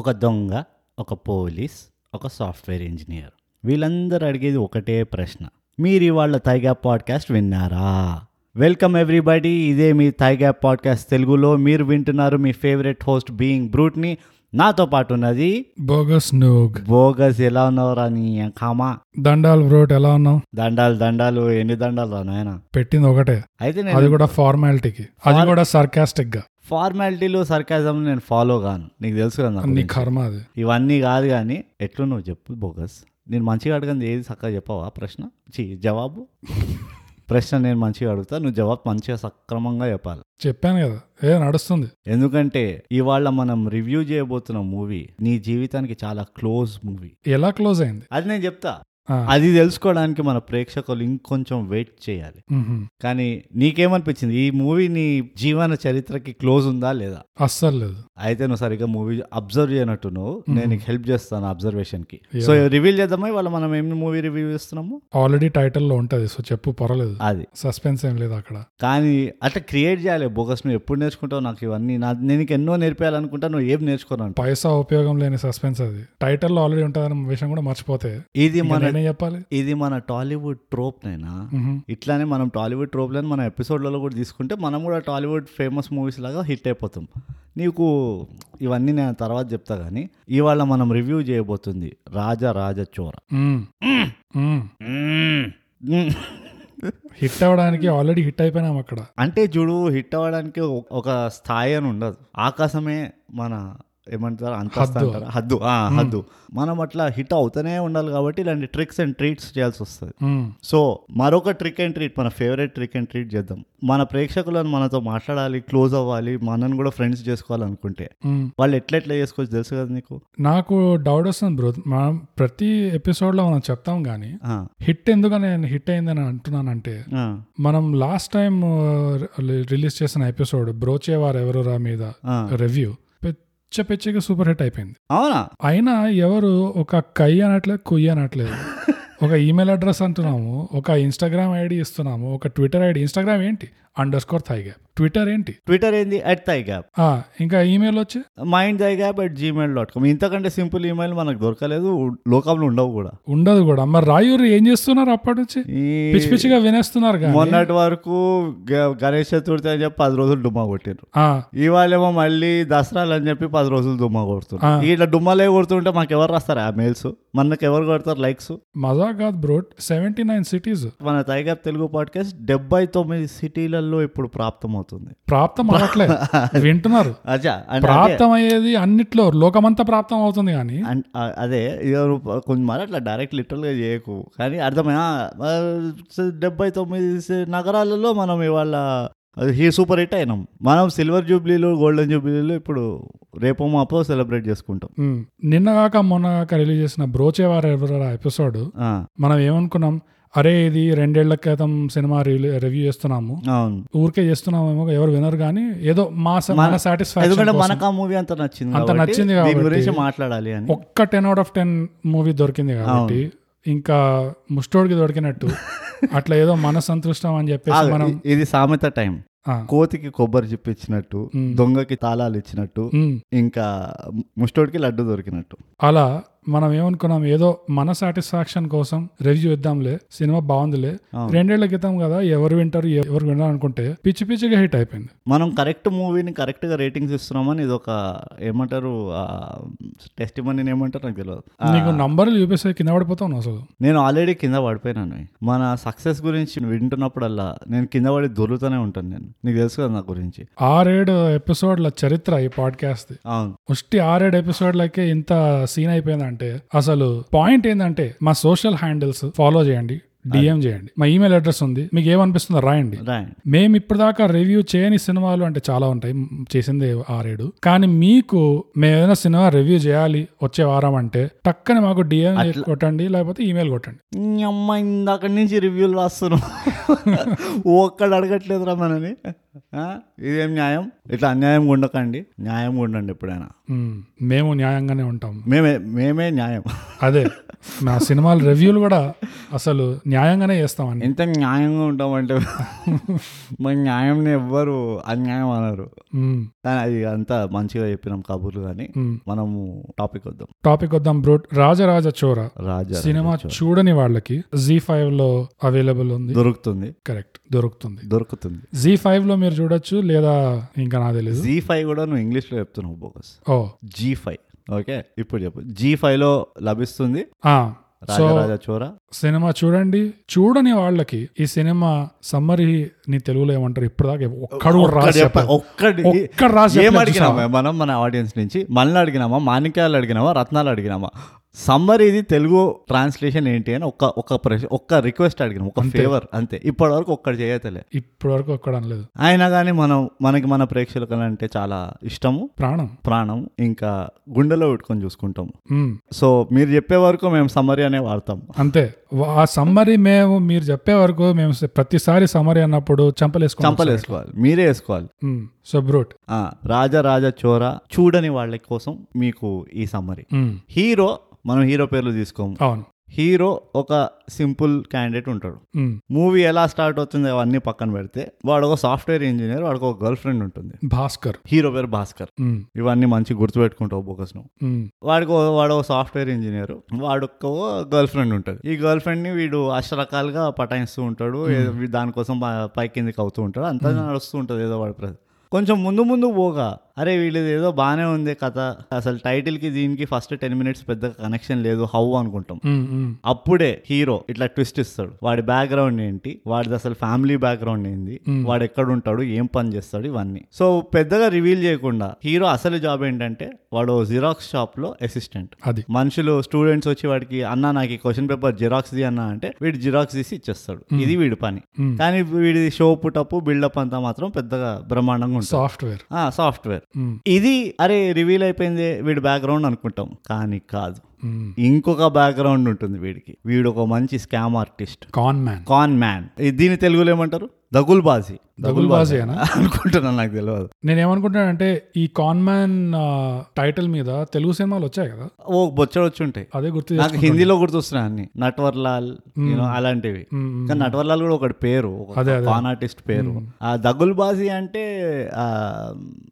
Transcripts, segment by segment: ఒక దొంగ ఒక పోలీస్ ఒక సాఫ్ట్వేర్ ఇంజనీర్ వీళ్ళందరూ అడిగేది ఒకటే ప్రశ్న మీరు ఇవాళ తైగా పాడ్కాస్ట్ విన్నారా వెల్కమ్ ఎవ్రీబడి ఇదే మీ తైగా పాడ్కాస్ట్ తెలుగులో మీరు వింటున్నారు మీ ఫేవరెట్ హోస్ట్ బీయింగ్ బ్రూట్ని నాతో పాటు ఉన్నది బోగస్ నోగ్ బోగస్ ఎలా ఉన్నావురా నీ కామా దండాల్ బ్రోట్ ఎలా ఉన్నావు దండాలు దండాలు ఎన్ని దండాలు రా నాయన పెట్టింది ఒకటే అయితే అది నేను కూడా ఫార్మాలిటీకి అది Form- కూడా సర్కాస్టిక్ గా ఫార్మాలిటీలు సర్కాజం నేను ఫాలో కాను నీకు తెలుసు కదా నా నీ గురించి. కర్మ అది ఇవన్నీ కాదు కానీ ఎట్లు నువ్వు చెప్పు బోగస్ నేను మంచిగా అడగంది ఏది చక్కగా చెప్పవా ప్రశ్న ఛీ, జవాబు ప్రశ్న నేను మంచిగా అడుగుతా నువ్వు జవాబు మంచిగా సక్రమంగా చెప్పాలి చెప్పాను కదా ఏ నడుస్తుంది ఎందుకంటే ఇవాళ మనం రివ్యూ చేయబోతున్న మూవీ నీ జీవితానికి చాలా క్లోజ్ మూవీ ఎలా క్లోజ్ అయింది అది నేను చెప్తా ఆ, అది తెలుసుకోవడానికి మన ప్రేక్షకులు ఇంకొంచెం వెయిట్ చేయాలి మ్హూ. కానీ నీకేమనిపించింది ఈ మూవీ నీ జీవన చరిత్రకి క్లోజ్ ఉందా లేదా అస్సలు లేదు అయితే నువ్వు సరిగ్గా మూవీ అబ్జర్వ్ చేయనట్టు నువ్వు నేను నీకు హెల్ప్ చేస్తాను అబ్జర్వేషన్ కి Yeah. సో రివీల్ చేద్దామా ఇవాళ మనం ఏం మూవీ రివ్యూ చేస్తున్నాము ఆల్రెడీ టైటిల్ లో ఉంటది సో చెప్పు పర్వాలేదు అది సస్పెన్స్ ఏం లేదు అక్కడ కానీ అట్లా క్రియేట్ చేయాలి బోగస్ నువ్వు ఎప్పుడు నేర్చుకుంటావు నాకు ఇవన్నీ నా నేను నీకు ఎన్నో నేర్పేయాలనుకుంటా నువ్వు ఏం నేర్చుకోనంట పైసా ఉపయోగం లేని సస్పెన్స్ అది టైటిల్ లో ఆల్రెడీ ఉంటదన్న విషయం కూడా మర్చిపోతే ఇది ఇంకా మన నేనేం చెప్పాలి ఇది మన టాలీవుడ్ ట్రోప్ నైనా మ్హూ. ఇట్లానే మనం టాలీవుడ్ ట్రోప్లను మన ఎపిసోడ్లలో కూడా తీసుకుంటే మనం కూడా టాలీవుడ్ ఫేమస్ మూవీస్ లాగా హిట్ అయిపోతాం నీకు ఇవన్నీ నేను తర్వాత చెప్తా కానీ ఇవాళ మనం రివ్యూ చేయబోతుంది రాజా రాజా చోర మ్. మ్. హిట్ అవ్వడానికి ఆల్రెడీ హిట్ అయిపోయినాం అక్కడ అంటే చూడు హిట్ అవ్వడానికి ఒ- ఒక స్థాయి అని ఉండదు ఆకాశమే మన ఏమంటారు అంతస్తు హద్దు. అంటారా? హద్దు ఆ, హద్దు మనం అట్లా హిట్ అవుతూనే ఉండాలి కాబట్టి ఇలాంటి ట్రిక్స్ అండ్ ట్రీట్స్ చేయాల్సి వస్తుంది మ్. సో మరొక ట్రిక్ అండ్ ట్రీట్ మన ఫేవరెట్ ట్రిక్ అండ్ ట్రీట్ చేద్దాం మన ప్రేక్షకులను మనతో మాట్లాడాలి క్లోజ్ అవ్వాలి మనని కూడా ఫ్రెండ్స్ చేసుకోవాలనుకుంటే మ్. వాళ్ళు ఎట్లా ఎట్లా చేసుకోవచ్చు తెలుసు కదా నీకు నాకు డౌట్ వస్తుంది బ్రో మనం ప్రతి ఎపిసోడ్ లో మనం చెప్తాం కానీ ఆ, హిట్ ఎందుకు నేను హిట్ అయిందని అంటున్నానంటే ఆ, మనం లాస్ట్ టైం రిలీజ్ చేసిన ఎపిసోడ్ బ్రోచేవారు ఎవరు రా మీద ఆ. రివ్యూ పిచ్చ పిచ్చగా సూపర్ హిట్ అయిపోయింది అవునా అయినా ఎవరు ఒక కై అనట్లేదు కుయ్యి అనట్లేదు ఒక ఈమెయిల్ అడ్రస్ అంటున్నాము ఒక ఇన్స్టాగ్రామ్ ఐడి ఇస్తున్నాము ఒక ట్విట్టర్ ఐడి ఇన్స్టాగ్రామ్ ఏంటి అండర్ స్కోర్ థైగ్యాప్ ట్విట్టర్ ఏంటి ట్విట్టర్ ఏంది అట్ థై గ్యాప్ ఆ, ఇంకా ఈమెయిల్ వచ్చి mind thigh gap at Gmail dot com ఇంతకంటే సింపుల్ ఈమెయిల్ మనకు దొరకలేదు లోకంలో ఉండవు కూడా ఉండదు కూడా మరి రాయూరు ఏం చేస్తున్నారు అప్పటి నుంచి ఈ- పిచ్చి పిచ్చిగా వినేస్తున్నారు కానీ మొన్నటి వరకు గ- గణేష్ చతుర్థి అని చెప్పి పది రోజులు డుమ్మా కొట్టిండ్రు ఆ, ఇవాళేమో మళ్ళీ దసరాలు అని చెప్పి పది రోజులు డుమ్మా ఆ. కొడుతున్నారు ఇట్లా డుమ్మాలే కొడుతుంటే మాకు ఎవరు రాస్తారు ఆ మెయిల్స్ మనకు ఎవరు కొడతారు లైక్స్ మజాగాద్ బ్రోట్ సెవెంటీ నైన్ సిటీస్ మన తైగాప్ తెలుగు పాడ్కాస్ట్ డెబ్బై తొమ్మిది సిటీలలో ఇప్పుడు ప్రాప్తమవుతుంది ప్రాప్తం అవ్వట్లేదు వింటున్నారు అచ్చా అంటే అదే. ప్రాప్తం అయ్యేది అన్నిట్లో లోకమంతా ప్రాప్తం అవుతుంది కానీ అన్- ఆ, అదే ఇక నువ్వు కొంచెం మరి అట్లా డైరెక్ట్ లిటరల్గా చేయకు కానీ అర్థమైనా డెబ్బై తొమ్మిది స- నగరాలలో మనం ఇవాళ అది హీ సూపర్ హిట్ అయినాం మనం సిల్వర్ జూబ్లీలో గోల్డెన్ జూబ్లీలో ఇప్పుడు రేపో మాపో సెలబ్రేట్ చేసుకుంటాం ఉమ్, నిన్న కాక మొన్న కాక రిలీజ్ చేసిన బ్రోచేవారు ఎవరా ఎపిసోడ్ ఆ, మనం ఏమనుకున్నాం అరే ఇది రెండేళ్ల క్రితం సినిమా రివ్యూ చేస్తున్నాము అవును ఊరికే చేస్తున్నామేమో ఎవరు వినరు కానీ ఏదో మా స- మన ఎందుకంటే సాటిస్ఫాక్షన్ మనకు ఆ మూవీ అంత నచ్చింది అంత కాబట్టి నచ్చింది దీని కాబట్టి. గురించి మాట్లాడాలి అని ఒక్క ten out of ten movie దొరికింది కాబట్టి ఇంకా ముష్టోడికి దొరికినట్టు అట్లా ఏదో మన సంతృష్టం అని చెప్పేసి ఆగు, మనం ఇ- ఇది సామెత టైం ఆ, కోతికి కొబ్బరి చిప్పించినట్టు ఉమ్. దొంగకి తాళాలు ఇచ్చినట్టు ఉమ్. ఇంకా ముష్టోడికి లడ్డు దొరికినట్టు అలా మనం ఏమనుకున్నాం ఏదో మన సాటిస్ఫాక్షన్ కోసం రివ్యూ ఇద్దాంలే సినిమా బాగుందిలే అవును. రెండేళ్ల క్రితం కదా ఎవరు వింటారు ఎవరు వినరు అనుకుంటే పిచ్చి పిచ్చిగా హిట్ అయిపోయింది మనం కరెక్ట్ మూవీని కరెక్ట్గా రేటింగ్స్ ఇస్తున్నామని ఇది ఒక ఏమంటారు టెస్ట్ మనీని ఏమంటారు నాకు తెలియదు ఆ, నీకు నంబర్లు చూపిస్తే కింద పడిపోతావు నువ్వు అసలు నేను ఆల్రెడీ కింద పడిపోయినాను మన సక్సెస్ గురించి వింటున్నప్పుడల్లా నేను కింద పడి దొరుకుతూనే ఉంటాను నేను నీకు తెలుసు కదా నా గురించి ఆరేడు ఎపిసోడ్ల చరిత్ర ఈ పాడ్కాస్ట్ అవును ముష్టి ఆరేడు ఎపిసోడ్లకే ఇంత సీన్ అయిపోయిందంటే అసలు పాయింట్ ఏంటంటే మా సోషల్ హ్యాండిల్స్ ఫాలో చేయండి డిఎం చేయండి మా ఈమెయిల్ అడ్రస్ ఉంది మీకు ఏమనిపిస్తుందో రాయండి రాయండి మేము ఇప్పటిదాకా రివ్యూ చేయని సినిమాలు అంటే చాలా ఉంటాయి మ్, చేసింది ఆరేడు కానీ మీకు మేము ఏదైనా సినిమా రివ్యూ చేయాలి వచ్చే వారం అంటే టక్కని మాకు డిఎం కొట్టండి లేకపోతే ఈమెయిల్ కొట్టండి నీ అమ్మ ఇందాక నుంచి రివ్యూలు రాస్తున్నాం ఒక్కడు అడగట్లేదురా మనని ఆ? ఇదేం న్యాయం ఇట్లా అన్యాయంగా ఉండకండి న్యాయంగా ఉండండి ఎప్పుడైనా మ్, మేము న్యాయంగానే ఉంటాం మేమే మేమే న్యాయం అదే మా సినిమాల రివ్యూలు కూడా అసలు న్యాయంగానే చేస్తామని ఎంత న్యాయంగా ఉంటామంటే మన న్యాయం ఎవ్వరు అన్యాయం అనరు కానీ అది అంతా మంచిగా చెప్పినాం కబుర్లు కానీ మనము టాపిక్ వద్దాం టాపిక్ వద్దాం బ్రోట్ రాజరాజ చోర రాజా సినిమా రాజా. చూడని వాళ్ళకి జీ ఫైవ్ లో అవైలబుల్ ఉంది దొరుకుతుంది కరెక్ట్ దొరుకుతుంది దొరుకుతుంది జీ ఫైవ్ లో మీరు చూడొచ్చు లేదా ఇంకా నాకు తెలియదు జీ ఫైవ్ కూడా నువ్వు ఇంగ్లీష్లో చెప్తున్నావు Bogus oh Zee five okay ఇప్పుడు చెప్పు జీ లో లభిస్తుంది ఆ సో రాజరాజా చోర సినిమా చూడండి చూడని వాళ్ళకి ఈ సినిమా సమ్మరిని తెలుగులో ఏమంటారు ఇప్పుడు దాకా ఒక్కడు కూడా రాసి చెప్ప- చెప్పలేదు. ఒక్కడి ఒక్కడు రాసి ఏం చెప్పలేదు అడిగినామా మనం మన ఆడియన్స్ నుంచి మనల్ని అడిగినామా మాణిక్యాలు అడిగినామా రత్నాలు అడిగినామా సమ్మర్ ఇది తెలుగు ట్రాన్స్లేషన్ ఏంటి అని ఒక్క ఒక్క ప్రశ్న ఒక్క రిక్వెస్ట్ అడిగినాం ఒక ఫేవర్ అంతే ఇప్పటి వరకు ఒక్కడు చేయతలే ఇప్పటి వరకు ఒక్కడు అనలేదు అయినా కానీ మనం మనకి మన ప్రేక్షకులు అంటే చాలా ఇష్టము ప్రాణం ప్రాణం ఇంకా గుండెలో పెట్టుకొని చూసుకుంటాము ఉమ్, సో మీరు చెప్పే వరకు మేము సమ్మరీ అనే వాడతాం అంతే వా- ఆ సమ్మరి మేము మీరు చెప్పే వరకు మేము స- ప్రతిసారి సమ్మరి అన్నప్పుడు చంపలేసుకుంటాం చంపలు వేసుకోవాలి మీరే వేసుకోవాలి ఉమ్, సో బ్రూట్ ఆ, రాజా రాజా చోర చూడని వాళ్ళ కోసం మీకు ఈ సమ్మరీ ఉమ్, హీరో మనం హీరో పేర్లు తీసుకోము అవును హీరో ఒక సింపుల్ క్యాండిడేట్ ఉంటాడు ఉమ్, మూవీ ఎలా స్టార్ట్ అవుతుంది అవన్నీ పక్కన పెడితే వాడు ఒక సాఫ్ట్వేర్ ఇంజనీర్ వాడికి ఒక గర్ల్ ఫ్రెండ్ ఉంటుంది భాస్కర్ హీరో పేరు భాస్కర్ ఉమ్, ఇవన్నీ మంచి గుర్తుపెట్టుకుంటావు బోకస్ నువ్వు ఉమ్, వాడికి ఓ- వాడు ఒక సాఫ్ట్వేర్ ఇంజనీర్ వాడు ఒక గర్ల్ ఫ్రెండ్ ఉంటుంది ఈ గర్ల్ ఫ్రెండ్ ని వీడు అష్ట రకాలుగా పటాయిస్తూ ఉంటాడు ఏదో వీ- దానికోసం ప- పై కిందికి అవుతూ ఉంటాడు అంతా నడుస్తూ ఉంటుంది ఏదో వాడి ప్రతి కొంచెం ముందు ముందు పోగా అరే వీళ్ళది ఏదో బాగానే ఉంది కథ అసలు title కి దీనికి ఫస్ట్ టెన్ మినిట్స్ పెద్ద కనెక్షన్ లేదు హౌ అనుకుంటాం ఉమ్, ఉమ్, అప్పుడే హీరో ఇట్లా ట్విస్ట్ ఇస్తాడు వాడి బ్యాక్గ్రౌండ్ ఏంటి వాడిది అసలు ఫ్యామిలీ బ్యాక్గ్రౌండ్ ఏంది వాడు ఎక్కడ ఉంటాడు ఏం పని చేస్తాడు ఇవన్నీ సో పెద్దగా రివీల్ చేయకుండా హీరో అసలు జాబ్ ఏంటంటే వాడు జిరాక్స్ షాప్ లో అసిస్టెంట్ అది మనుషులు స్టూడెంట్స్ వచ్చి వాడికి అన్న నాకు ఈ క్వశ్చన్ పేపర్ జిరాక్స్ ది అన్న అంటే వీడు జిరాక్స్ తీసి ఇచ్చేస్తాడు ఇది వీడి పని Hmm. కానీ వీడి షో పుటప్ బిల్డప్ అంతా మాత్రం పెద్దగా బ్రహ్మాండంగా ఉంటుంది సాఫ్ట్వేర్ ఆ, సాఫ్ట్వేర్ ఉమ్, ఇది అరే రివీల్ అయిపోయింది వీడి బ్యాక్గ్రౌండ్ అనుకుంటాం కానీ కాదు ఉమ్, ఇంకొక బ్యాక్గ్రౌండ్ ఉంటుంది వీడికి వీడు ఒక మంచి scam artist con man con man ఇది- దీని తెలుగులో ఏమంటారు దగుల్బాజీ దగుల్బాజీయేనా? అనుకుంటున్నాను నాకు తెలియదు నేనేమనుకుంటానంటే ఈ కాన్ మ్యాన్ టైటిల్ మీద తెలుగు సినిమాలు వచ్చాయి కదా ఓ బొచ్చడు వచ్చి ఉంటాయి అదే గుర్తు నాకు హిందీలో గుర్తొస్తున్నాయి అన్ని నట్వర్లాల్ you know, అలాంటివి Mm, mm, కానీ నట్వర్లాల్ కూడా ఒకటి పేరు ఒక అదే, అదే. కాన్ ఆర్టిస్ట్ పేరు ఆ దగుల్బాజీ అంటే ఆ,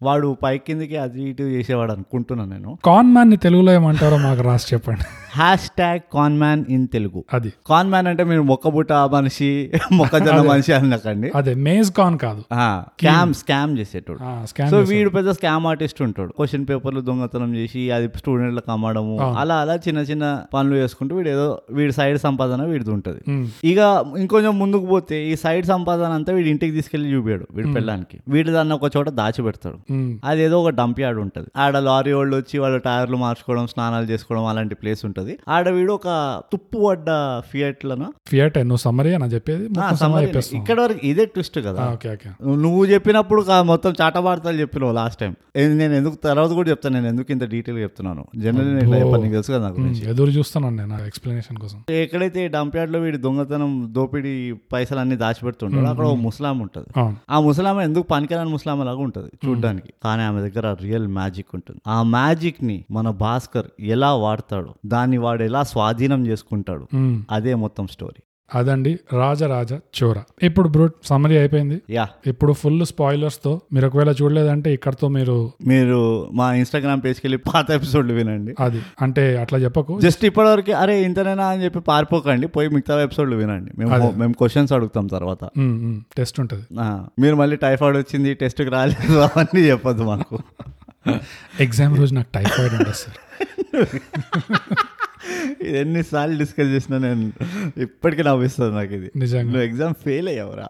వాడు పై కిందికి అది ఇటు చేసేవాడు అనుకుంటున్నాను నేను కాన్ మ్యాన్ ని తెలుగులో ఏమంటారో మాకు రాసి చెప్పండి hashtag con man in Telugu అది కాన్ మ్యాన్ అంటే మీరు మొక్కబుట్ట మనిషి మొక్కజొన్న మనిషి అనకండి అదే మేజ్ కాన్ కాదు స్కామ్ స్కామ్ చేసేటోడు స్కాన్ సో వీడు పెద్ద స్కామ్ ఆర్టిస్ట్ ఉంటాడు క్వశ్చన్ పేపర్లు దొంగతనం చేసి అది స్టూడెంట్లకు అమ్మడము అలా అలా చిన్న చిన్న పనులు చేసుకుంటూ వీడు ఏదో వీడి సైడ్ సంపాదన వీడిది ఉంటుంది ఇక ఇంకొంచెం ముందుకు పోతే ఈ సైడ్ సంపాదన అంతా వీడి ఇంటికి తీసుకెళ్లి చూపాడు వీడి పెళ్ళానికి వీడి దాన్ని ఒక చోట దాచిపెడతాడు అదేదో ఒక డంప్ యార్డ్ ఉంటుంది ఆడ లారీ వాళ్ళు వచ్చి వాళ్ళ టైర్లు మార్చుకోవడం స్నానాలు చేసుకోవడం అలాంటి ప్లేస్ ఉంటుంది ఆడ వీడు ఒక తుప్పు పడ్డ ఫియట్లను ఫియట్ నువ్వు సమ్మరీ అని చెప్పేది మొత్తం summary చెప్పేస్తావు. ఇక్కడ వరకు ఇదే ట్విస్ట్ కదా ఆ, ఓకే ఓకే నువ్వు- నువ్వు చెప్పినప్పుడు కా- మొత్తం చాటబాడతలు చెప్పినావు లాస్ట్ టైం నేను ఎందుకు తర్వాత కూడా చెప్తాను నేను ఎందుకు ఇంత డీటెయిల్ చెప్తున్నాను జనరల్ నేను ఇట్లా చెప్పను, నీకు తెలుసు కదా నాకు ఉమ్, ఎదురు చూస్తున్నాను నేను ఎక్స్ప్లెనేషన్ కోసం ఎక్కడైతే డంప్యార్డ్ లో వీడి దొంగతనం దోపిడీ పైసలు అన్ని దాచిపెడుతుంటాడు అక్కడ ఒక ముస్లాం ఉంటుంది అవును ఆ ముసలామ ఎందుకు పనికిరాని ముసలామ లాగా ఉంటుంది చూడ్డానికి కానీ ఆమె దగ్గర రియల్ మ్యాజిక్ ఉంటుంది ఆ మ్యాజిక్ ని మన భాస్కర్ ఎలా వాడతాడు దాన్ని వాడు ఎలా స్వాధీనం చేసుకుంటాడు ఉమ్, అదే మొత్తం స్టోరీ అదండి రాజరాజ చోర ఇప్పుడు బ్రూట్ సమ్మరీ అయిపోయింది యా ఇప్పుడు ఫుల్ స్పాయిలర్స్ తో మీరు ఒకవేళ చూడలేదంటే ఇక్కడతో మీరు మీరు మా ఇన్స్టాగ్రామ్ పేజ్కి వెళ్ళి పాత ఎపిసోడ్లు వినండి అది అంటే అట్లా చెప్పకు జస్ట్ ఇప్పటివరకు అరే ఇంతనేనా అని చెప్పి పారిపోకండి పోయి మిగతా ఎపిసోడ్లు వినండి మేము మేము క్వశ్చన్స్ అడుగుతాం తర్వాత టెస్ట్ ఉంటుంది ఆ, మీరు మళ్ళీ టైఫాయిడ్ వచ్చింది టెస్ట్కి రాలేదు అవన్నీ చెప్పొద్దు మాకు ఎగ్జామ్ రోజు నాకు టైఫాయిడ్ ఉంటుంది సార్ ఇది ఎన్నిసార్లు డిస్కస్ చేసినా నేను ఇప్పటికీ నవ్విస్తుంది నాకు ఇది నిజంగా నువ్వు ఎగ్జామ్ ఫెయిల్ అయ్యావురా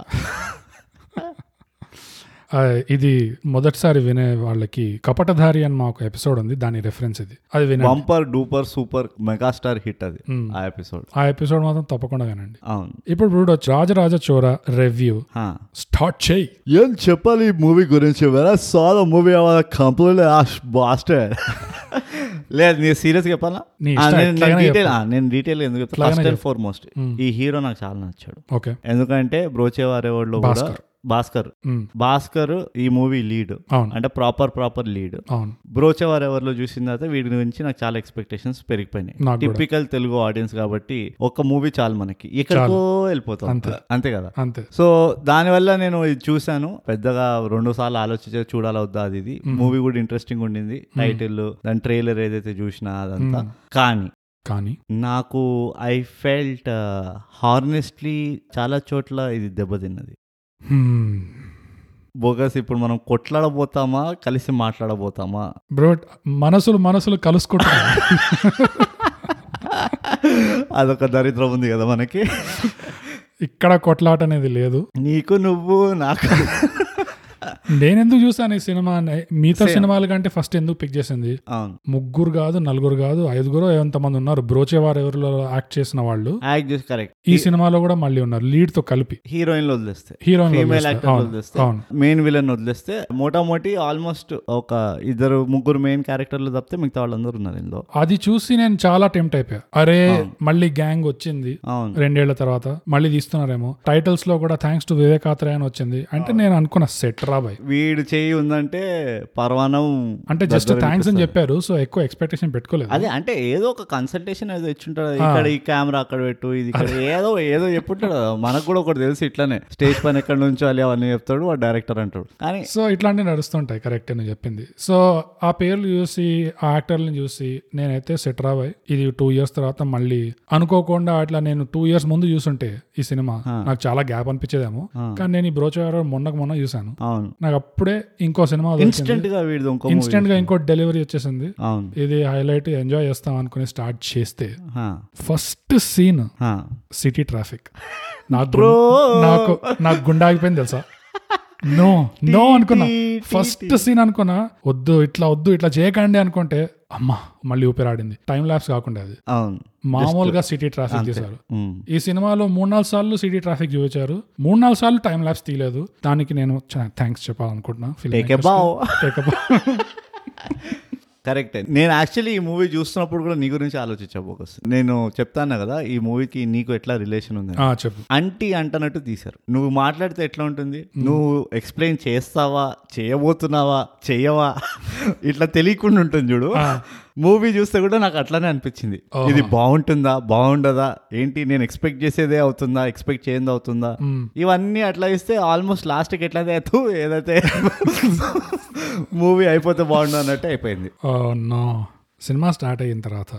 ఆ, ఇది మొదటిసారి వినే వాళ్ళకి కపటధారి అని మాకు ఎపిసోడ్ ఉంది దాని రెఫరెన్స్ ఇది అది వినండి bumper duper super megastar hit అది Hmm. ఆ ఎపిసోడ్ ఆ ఎపిసోడ్ మాత్రం తప్పకుండా వినండి అవును ఇప్పుడు ఇప్పుడు వచ్చి రాజరాజ చోర రివ్యూ హా. స్టార్ట్ చేయి ఏం చెప్పాలి ఈ మూవీ గురించి వెరా సాల్ మూవీ కంప్లీట్ బాస్టర్ లేదు నేను సీరియస్ చెప్పాలా నీ ఆ, ఇష్టం, నేను- నేను ఎట్లాగైనా డీటెయిల్ ఆ, నేను డీటెయిల్ ఎందుకు చెప్తాను ఎట్లాగైనా ఫస్ట్ అండ్ ఫార్మోస్ట్ Hmm. ఈ హీరో నాకు చాలా నచ్చాడు ఓకే ఎందుకంటే బ్రోచే వారేవాళ్ళు కూడా భాస్కర్. భాస్కర్ ఉమ్, భాస్కర్ ఈ మూవీ లీడ్ అవును అంటే ప్రాపర్ ప్రాపర్ లీడ్ అవును బ్రోచేవారు ఎవరిలో చూసిన తర్వాత వీటి గురించి నాకు చాలా ఎక్స్పెక్టేషన్స్ పెరిగిపోయినాయి నాకు కూడా టిపికల్ తెలుగు ఆడియన్స్ కాబట్టి ఒక మూవీ చాలు మనకి ఎక్కడికో వెళ్ళిపోతాం అంతే. అంతే కదా అంతే సో దానివల్ల నేను ఇది చూశాను పెద్దగా రెండు సార్లు ఆలోచించే చూడాలా వద్దా అది ఇది మూవీ కూడా ఇంట్రెస్టింగ్ ఉండింది టైటిల్ దాని ట్రైలర్ ఏదైతే చూసినా అదంతా కానీ కానీ నాకు ఐ ఫెల్ట్ హార్నెస్ట్లీ చాలా చోట్ల ఇది దెబ్బతిన్నది హ్మ్. బోగస్ ఇప్పుడు మనం కొట్లాడబోతామా కలిసి మాట్లాడబోతామా బ్రో మనసులు మనసులు కలుసుకుంటున్నాయి అదొక దరిద్రం ఉంది కదా మనకి ఇక్కడ కొట్లాట అనేది లేదు నీకు నువ్వు నాకు నేను ఎందుకు చూసాను ఈ సినిమా అని- మిగతా సినిమాల కంటే ఫస్ట్ ఎందుకు పిక్ చేసింది అవును ముగ్గురు కాదు నలుగురు కాదు ఐదుగురు ఎంతమంది ఉన్నారు బ్రోచేవారు ఎవరిలో యాక్ట్ చేసిన వాళ్ళు యాక్ట్ చేసి కరెక్ట్ ఈ సినిమాలో కూడా మళ్ళీ ఉన్నారు లీడ్ తో కలిపి హీరోయిన్లు వదిలేస్తే హీరోయిన్ ఫీమేల్ యాక్టర్ వదిలేస్తే అవును మెయిన్ విలన్ వదిలేస్తే మోటామోటి ఆల్మోస్ట్ ఒక ఇద్దరు ముగ్గురు మెయిన్ క్యారెక్టర్లు తప్పితే మిగతా వాళ్ళందరూ ఉన్నారు ఇందులో అది చూసి నేను చాలా టెంప్ట్ అయిపోయా అరే మళ్ళీ గ్యాంగ్ వచ్చింది అవును రెండేళ్ల తర్వాత మళ్ళీ తీస్తున్నారేమో టైటిల్స్ లో కూడా థ్యాంక్స్ టు వివేకాత్రయ అని వచ్చింది అంటే నేను అనుకున్న సెట్ రా బాయ్ వీడు చేయి ఉందంటే పర్వానం అంటే జస్ట్ థ్యాంక్స్ అని చెప్పారు సో ఎక్కువ ఎక్స్పెక్టేషన్ పెట్టుకోలేదు అదే అంటే ఏదో ఒక కన్సల్టేషన్ ఏదో ఇచ్చుంటాడు ఇక్కడ ఈ కెమెరా అక్కడ పెట్టు ఇది ఇక్కడ ఏదో ఏదో చెప్పుంటాడు కదా. మనకు కూడా ఒకటి తెలుసు ఇట్లానే స్టేజ్ పైన ఎక్కడ నుంచోాలి అవన్నీ చెప్తాడు వాడు డైరెక్టర్ అంటాడు కానీ సో ఇట్లాంటివి నడుస్తుంటాయి కరెక్ట్ అని చెప్పింది సో ఆ పేర్లు చూసి ఆ యాక్టర్లను చూసి నేనైతే సెట్ రాబాయ్ ఇది టూ ఇయర్స్ తర్వాత మళ్ళీ అనుకోకుండా అట్లా నేను టూ ఇయర్స్ ముందు చూసుంటే ఈ సినిమా నాకు చాలా గ్యాప్ అనిపించేదేమో కానీ నేను ఈ బ్రోచర్ మొన్నకు మొన్న చూసాను అవును నాకు అప్పుడే ఇంకో సినిమా ఇన్స్టెంట్ గా వీడిది ఇంకో movie. ఇన్స్టెంట్ గా ఇంకో డెలివరీ వచ్చేసింది అవును ఇది హైలైట్ ఎంజాయ్ చేస్తాం అనుకుని స్టార్ట్ చేస్తే హా, ఫస్ట్ సీన్ హా. సిటీ ట్రాఫిక్ నాకు నాకు నాకు గుండె ఆగిపోయింది తెలుసా నో నో అనుకున్నా ఫస్ట్ సీన్ అనుకున్నా వద్దు ఇట్లా వద్దు ఇట్లా చేయకండి అనుకుంటే అమ్మా మళ్ళీ ఊపిరాడింది టైం ల్యాబ్స్ కాకుండా అది అవును మామూలుగా సిటీ ట్రాఫిక్ చేశారు ఉమ్. ఈ సినిమాలో మూడు నాలుగు సార్లు సిటీ ట్రాఫిక్ చూపించారు మూడు నాలుగు సార్లు టైం ల్యాబ్స్ తీయలేదు దానికి నేను థ్యాంక్స్ చెప్పాలనుకుంటున్నా film Take a bow. Take a bow. Correct నేను యాక్చువల్లీ ఈ మూవీ చూస్తున్నప్పుడు కూడా నీ గురించి ఆలోచించా బోకస్ నేను చెప్తాను కదా ఈ మూవీకి నీకు ఎట్లా రిలేషన్ ఉంది ఆ, చెప్పు అంటీ అంటనట్టు తీశారు నువ్వు మాట్లాడితే ఎట్లా ఉంటుంది నువ్వు ఎక్స్ప్లెయిన్ చేస్తావా చేయబోతున్నావా చేయవా ఇట్లా తెలియకుండా ఉంటుంది చూడు మూవీ చూస్తే కూడా నాకు అట్లానే అనిపించింది ఇది బాగుంటుందా బాగుండదా ఏంటి నేను ఎక్స్పెక్ట్ చేసేదే అవుతుందా ఎక్స్పెక్ట్ చేయంది అవుతుందా ఇవన్నీ అట్లా ఇస్తే ఆల్మోస్ట్ లాస్ట్కి ఎట్లయితే అవుతూ ఏదైతే మూవీ అయిపోతే బాగుండు అన్నట్టు అయిపోయింది నో సినిమా స్టార్ట్ అయిన తర్వాత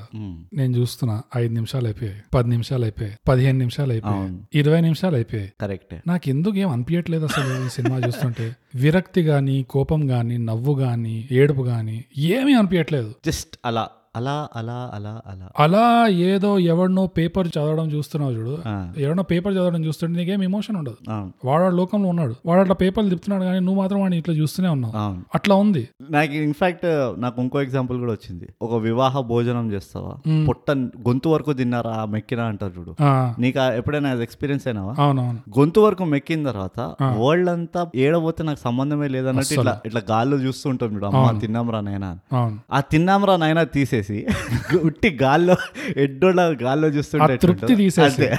నేను చూస్తున్నా ఐదు నిమిషాలు అయిపోయాయి పది నిమిషాలు అయిపోయాయి పదిహేను నిమిషాలు అయిపోయాయి ఇరవై నిమిషాలు అయిపోయాయి కరెక్టే నాకు ఎందుకు ఏం అనిపించట్లేదు అసలు ఈ సినిమా చూస్తుంటే విరక్తి గాని కోపం గాని నవ్వు గాని ఏడుపు గాని ఏమీ అనిపించట్లేదు జస్ట్ అలా అలా అలా అలా అలా అలా ఏదో ఎవడనో పేపర్ చదవడం చూస్తున్నావు చూడు ఆ. ఎవడో పేపర్ చదవడం చూస్తుంటే నీకేం ఎమోషన్ ఉండదు అవును వాడు లోకంలో ఉన్నాడు వాడు అట్లా పేపర్లు తిప్పుతున్నాడు కానీ నువ్వు మాత్రం వాడిని ఇట్లా చూస్తూనే ఉన్నావు అవును అట్లా ఉంది నాకు ఇన్ఫాక్ట్ నాకు ఇంకో ఎగ్జాంపుల్ కూడా వచ్చింది ఒక వివాహ భోజనం చేస్తావా మ్. పొట్ట గొంతు వరకు తిన్నారా మెక్కినా అంటారు చూడు ఆ, నీకు ఆ- ఎప్పుడైనా అది ఎక్స్పీరియన్స్ అయినావా అవునవును గొంతు వరకు మెక్కిన తర్వాత వరల్డ్ అంతా ఏడబోతే నాకు సంబంధమే లేదన్నట్టు ఇట్లా ఇట్లా గాల్లో చూస్తూ ఉంటాం చూడు అమ్మా తిన్నాం రా నాయనా అని. అవును ఆ తిన్నాం రా నాయనా తీసేసి ఉట్టి గాల్లో ఎడ్డోళ్ళ గాల్లో చూస్తుంటే ఆ తృప్తి ఎట్లుంటుందో. తీసేసి. అదే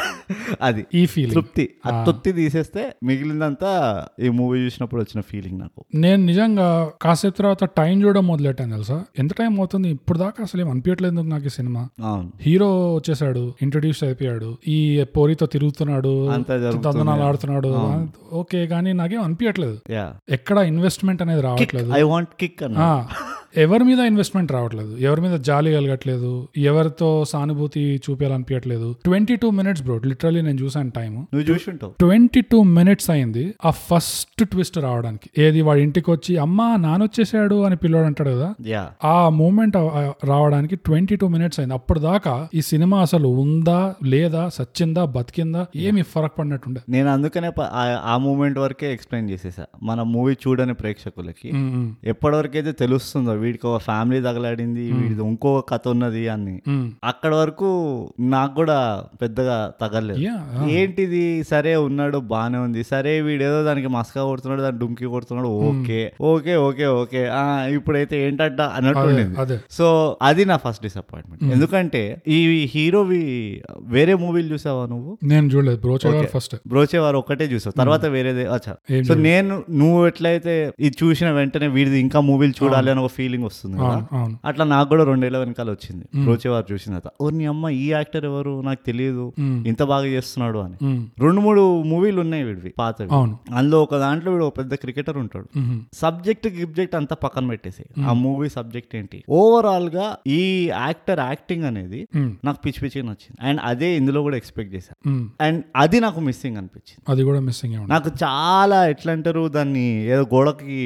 అది ఈ ఫీలింగ్ తృప్తి ఆ తృప్తి తీసేస్తే మిగిలిందంతా ఈ మూవీ చూసినప్పుడు వచ్చిన ఫీలింగ్ నాకు నేను నిజంగా కాసేపు తర్వాత టైం చూడడం మొదలెట్టాను తెలుసా ఎంత టైం అవుతుంది ఇప్పుడు దాకా అసలు ఏం అనిపించట్లేదు ఎందుకు నాకు ఈ సినిమా అవును హీరో వచ్చేసాడు ఇంట్రడ్యూస్ అయిపోయాడు ఈ పోరితో తిరుగుతున్నాడు అంతా జరుగుతుంది. తందనాలు ఆడుతున్నాడు ఓకే కానీ నాకేం అనిపించట్లేదు యా ఎక్కడ ఇన్వెస్ట్మెంట్ అనేది రావట్లేదు ఐ వాంట్ కిక్ అన్న ఆ, ఎవరి మీద ఇన్వెస్ట్మెంట్ రావట్లేదు ఎవరి మీద జాలి కలగట్లేదు ఎవరితో సానుభూతి చూపించాలనిపించట్లేదు twenty two minutes bro literally నేను చూసాను టైం నువ్వు చూసి ఉంటావు ట్వంటీ టూ మినిట్స్ అయింది ఆ ఫస్ట్ ట్విస్ట్ రావడానికి ఏది వాడి ఇంటికి వచ్చి అమ్మా నానొచ్చేసాడు అని పిల్లోడు అంటాడు కదా యా ఆ మూమెంట్ రావడానికి ట్వంటీ టూ మినిట్స్ అయింది అప్పుడు దాకా ఈ సినిమా అసలు ఉందా లేదా సచ్చిందా బతికిందా ఏమి ఫరక్ పడినట్టుండే నేను అందుకనే ప- ఆ- ఆ మూమెంట్ వరకే ఎక్స్ప్లెయిన్ చేసేసా మన మూవీ చూడని ప్రేక్షకులకి ఉమ్, ఉమ్. ఎప్పటివరకైతే తెలుస్తుందో వీడికి ఒక ఫ్యామిలీ తగలాడింది వీడిది ఇంకో కథ ఉన్నది అని అక్కడ వరకు నాకు కూడా పెద్దగా తగలేదు యా ఏంటిది సరే ఉన్నాడు బానే ఉంది సరే వీడేదో దానికి మస్కా కొడుతున్నాడు దాని డుమ్కి కొడుతున్నాడు ఓకే ఓకే ఓకే ఓకే ఆ ఇప్పుడైతే ఏంటంట అన్నట్టు ఉండింది అదే సో అది నా ఫస్ట్ డిసప్పాయింట్మెంట్ ఎందుకంటే ఈ హీరోవి వేరే మూవీలు చూసావా నువ్వు నేను చూడలేదు బ్రోచర్ గారు ఫస్ట్ బ్రోచే వారు ఒక్కటే చూసావు తర్వాత వేరేదే అచ్చా సో నేను నువ్వు ఎట్లయితే ఇది చూసిన వెంటనే వీడిది ఇంకా మూవీలు చూడాలి అని ఒక ఫీలింగ్ వస్తుంది కదా అవును అవును అట్లా నాకు కూడా రెండేళ్ల వెనకాల వచ్చింది బ్రోచే వారు చూసిన తర్వాత ఓ నీ అమ్మ ఈ యాక్టర్ ఎవరు నాకు తెలియదు Mm. ఇంత బాగా చేస్తున్నాడు అని Mm. రెండు మూడు మూవీలు ఉన్నాయి వీడివి పాతవి అవును అందులో ఒక దాంట్లో వీడు ఒక పెద్ద క్రికెటర్ ఉంటాడు మ్మ్. సబ్జెక్ట్ గిబ్జెక్ట్ అంతా పక్కన పెట్టేసి ఆ మూవీ సబ్జెక్ట్ ఏంటి ఓవరాల్ గా ఈ యాక్టర్ యాక్టింగ్ అనేది మ్మ్. నాకు పిచ్చి పిచ్చిగా నచ్చింది అండ్ అదే ఇందులో కూడా ఎక్స్పెక్ట్ చేశాను మ్మ్. అండ్ అది నాకు మిస్సింగ్ అనిపించింది అది కూడా మిస్సింగ్ అవును నాకు చాలా ఎట్లా అంటారు దాన్ని ఏదో గోడకి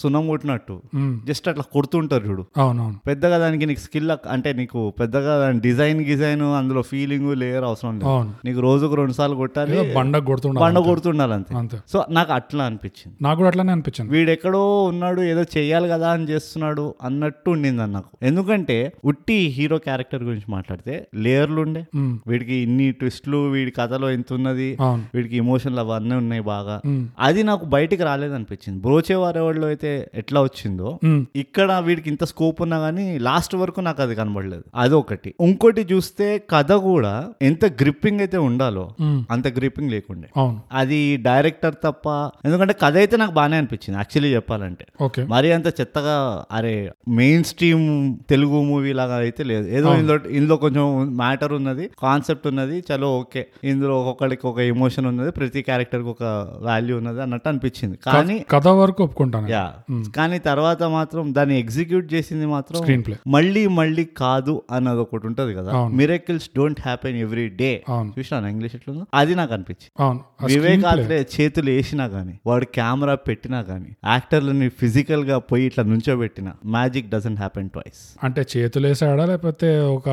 సున్నం కొట్టినట్టు మ్మ్. జస్ట్ అట్లా కొడుతుంటారు చూడు అవును అవును పెద్దగా దానికి నీకు స్కిల్ అంటే నీకు పెద్దగా డిజైన్ గిజైన్ అందులో ఫీలింగ్ లేయర్ అవసరం లేదు అవును నీకు రోజుకు రెండు సార్లు కొట్టాలి ఏదో బండకు కొడుతుండ పండ కొడుతుండాలి అంతే అంతే సో నాకు అట్లా అనిపించింది నాకు కూడా అట్లానే అనిపించింది వీడెక్కడో ఉన్నాడు ఏదో చేయాలి కదా అని చేస్తున్నాడు అన్నట్టు ఉండింది అన్న నాకు ఎందుకంటే ఉట్టి హీరో క్యారెక్టర్ గురించి మాట్లాడితే లేయర్లు ఉండే మ్మ్. వీడికి ఇన్ని ట్విస్ట్లు వీడి కథలో ఎంత ఉన్నది అవును వీడికి ఇమోషన్లు అవన్నీ ఉన్నాయి బాగా మ్మ్. అది నాకు బయటికి రాలేదనిపించింది బ్రోచే వారెవాళ్ళు అయితే ఎట్లా వచ్చిందో మ్మ్. ఇక్కడ వీడికి ఇంత స్కోప్ ఉన్నా కానీ లాస్ట్ వరకు నాకు అది కనబడలేదు అది ఒకటి ఇంకోటి చూస్తే కథ కూడా ఎంత గ్రిప్పింగ్ అయితే ఉండాలో మ్మ్. అంత గ్రిప్పింగ్ లేకుండే అవును అది డైరెక్టర్ తప్ప ఎందుకంటే కథ అయితే నాకు బాగానే అనిపించింది యాక్చువల్లీ చెప్పాలంటే ఓకే మరి అంత చెత్తగా అరే మెయిన్ స్ట్రీమ్ తెలుగు మూవీ లాగా అయితే లేదు ఏదో ఇందులో ఇందులో కొంచెం మ్యాటర్ ఉన్నది కాన్సెప్ట్ ఉన్నది చలో ఓకే ఇందులో ఒక్కొక్కడికి ఒక ఎమోషన్ ఉన్నది ప్రతి క్యారెక్టర్కి ఒక వాల్యూ ఉన్నది అన్నట్టు అనిపించింది కానీ కథ వరకు ఒప్పుకుంటాను యా Hmm. కానీ తర్వాత మాత్రం దాన్ని ఎగ్జిక్యూట్ చేసింది మాత్రం స్క్రీన్ ప్లే మళ్ళీ మళ్ళీ కాదు అన్నది ఒకటి ఉంటది కదా అవును. Miracles don't happen every day అవును చూసినా ఇంగ్లీష్ ఎట్లుందో అది నాకు అనిపించింది అవును ఆ వివేక్ screen play. ఆత్రే చేతులు వేసినా గానీ వాడు కెమెరా పెట్టినా గానీ యాక్టర్లని ఫిజికల్ గా పోయి ఇట్లా నుంచోబెట్టిన మ్యాజిక్ డజంట్ హ్యాపెన్ ట్వైస్ అంటే చేతులు వేసాడా లేకపోతే ఒక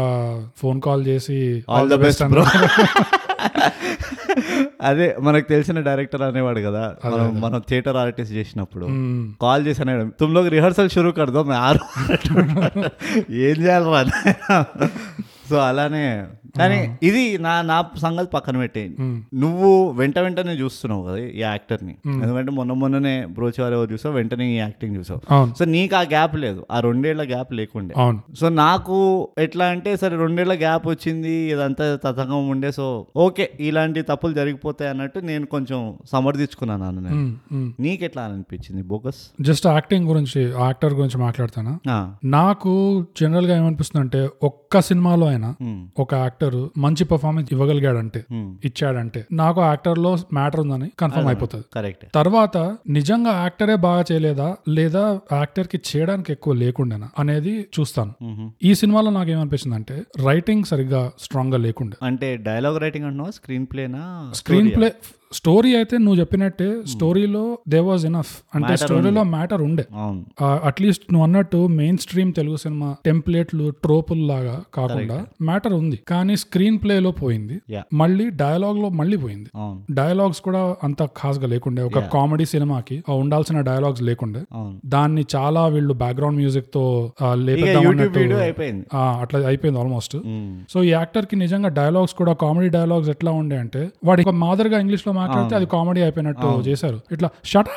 ఫోన్ కాల్ చేసి ఆల్ ద బెస్ట్ బ్రో అదే మనకు తెలిసిన డైరెక్టర్ అనేవాడు కదా మనం మనం థియేటర్ ఆర్టిస్ట్ చేసినప్పుడు మ్మ్. కాల్ చేసి అనేవాడు తుమ్ లోకి రిహర్సల్ షురూ కడదాం మేము ఆరు ఏం చేయాలరా సో అలానే కానీ ఇది నా నా సంగతి పక్కన పెట్టి మ్మ్. నువ్వు వెంట వెంటనే చూస్తున్నావు కదా ఈ యాక్టర్ని ఎందుకంటే మొన్న మొన్ననే బ్రోచివారి ఎవరు చూసావు వెంటనే ఈ యాక్టింగ్ చూసావు అవును సో నీకు ఆ గ్యాప్ లేదు ఆ రెండేళ్ల గ్యాప్ లేకుండే అవును సో నాకు ఎట్లా అంటే సరే రెండేళ్ల గ్యాప్ వచ్చింది ఇదంతా తతంగం ఉండే సో ఓకే ఇలాంటి తప్పులు జరిగిపోతాయి అన్నట్టు నేను కొంచెం సమర్థించుకున్నాను అన్న నేను మ్మ్. మ్మ్. నీకెట్లా అనిపించింది బోగస్ జస్ట్ యాక్టింగ్ గురించి యాక్టర్ గురించి మాట్లాడతానా నాకు జనరల్ గా ఏమనిపిస్తుంది అంటే ఒక్క సినిమాలో అయినా ఒక యాక్టర్ మంచి పర్ఫార్మెన్స్ ఇవ్వగలిగాడంటే ఇచ్చాడంటే నాకు యాక్టర్ లో మ్యాటర్ ఉందని కన్ఫర్మ్ అయిపోతుంది కరెక్ట్ తర్వాత నిజంగా యాక్టరే బాగా చేయలేదా లేదా యాక్టర్ కి చేయడానికి ఎక్కువ లేకుండేనా అనేది చూస్తాను ఈ సినిమాలో నాకు ఏమనిపించింది అంటే రైటింగ్ సరిగ్గా స్ట్రాంగ్ గా లేకుండే అంటే డైలాగ్ రైటింగ్ అంటున్నావు స్క్రీన్ ప్లేనా స్క్రీన్ ప్లే స్టోరీ అయితే నువ్వు చెప్పినట్టే Hmm. స్టోరీలో దే వాజ్ ఇనఫ్ అంటే స్టోరీలో మ్యాటర్ ఉండే అవును అట్లీస్ట్ నువ్వు అన్నట్టు మెయిన్ స్ట్రీమ్ తెలుగు సినిమా టెంప్లెట్లు ట్రోపుల్ లాగా కాకుండా మ్యాటర్ ఉంది కానీ స్క్రీన్ ప్లే లో పోయింది Yeah. మళ్ళీ డైలాగ్ లో మళ్ళీ పోయింది అవును డైలాగ్స్ కూడా అంత ఖాస్గా లేకుండే ఒక కామెడీ సినిమాకి ఆ ఉండాల్సిన డైలాగ్స్ లేకుండే అవును దాన్ని చాలా వీళ్ళు బ్యాక్గ్రౌండ్ మ్యూజిక్ తో ఆ, ఇక Hmm. లేపేద్దాం యూట్యూబ్ అన్నట్టు వీడియో అయిపోయింది ఆ, అట్లా అయిపోయింది ఆల్మోస్ట్ ఉమ్. సో ఈ యాక్టర్ కి నిజంగా డైలాగ్స్ కూడా కామెడీ డైలాగ్స్ ఎట్లా ఉండే అంటే వాడు ఒక మాదిరిగా ఇంగ్లీష్ లో మాట్లాడితే అది కామెడీ అయిపోయినట్టు చేశారు ఇట్లా షట్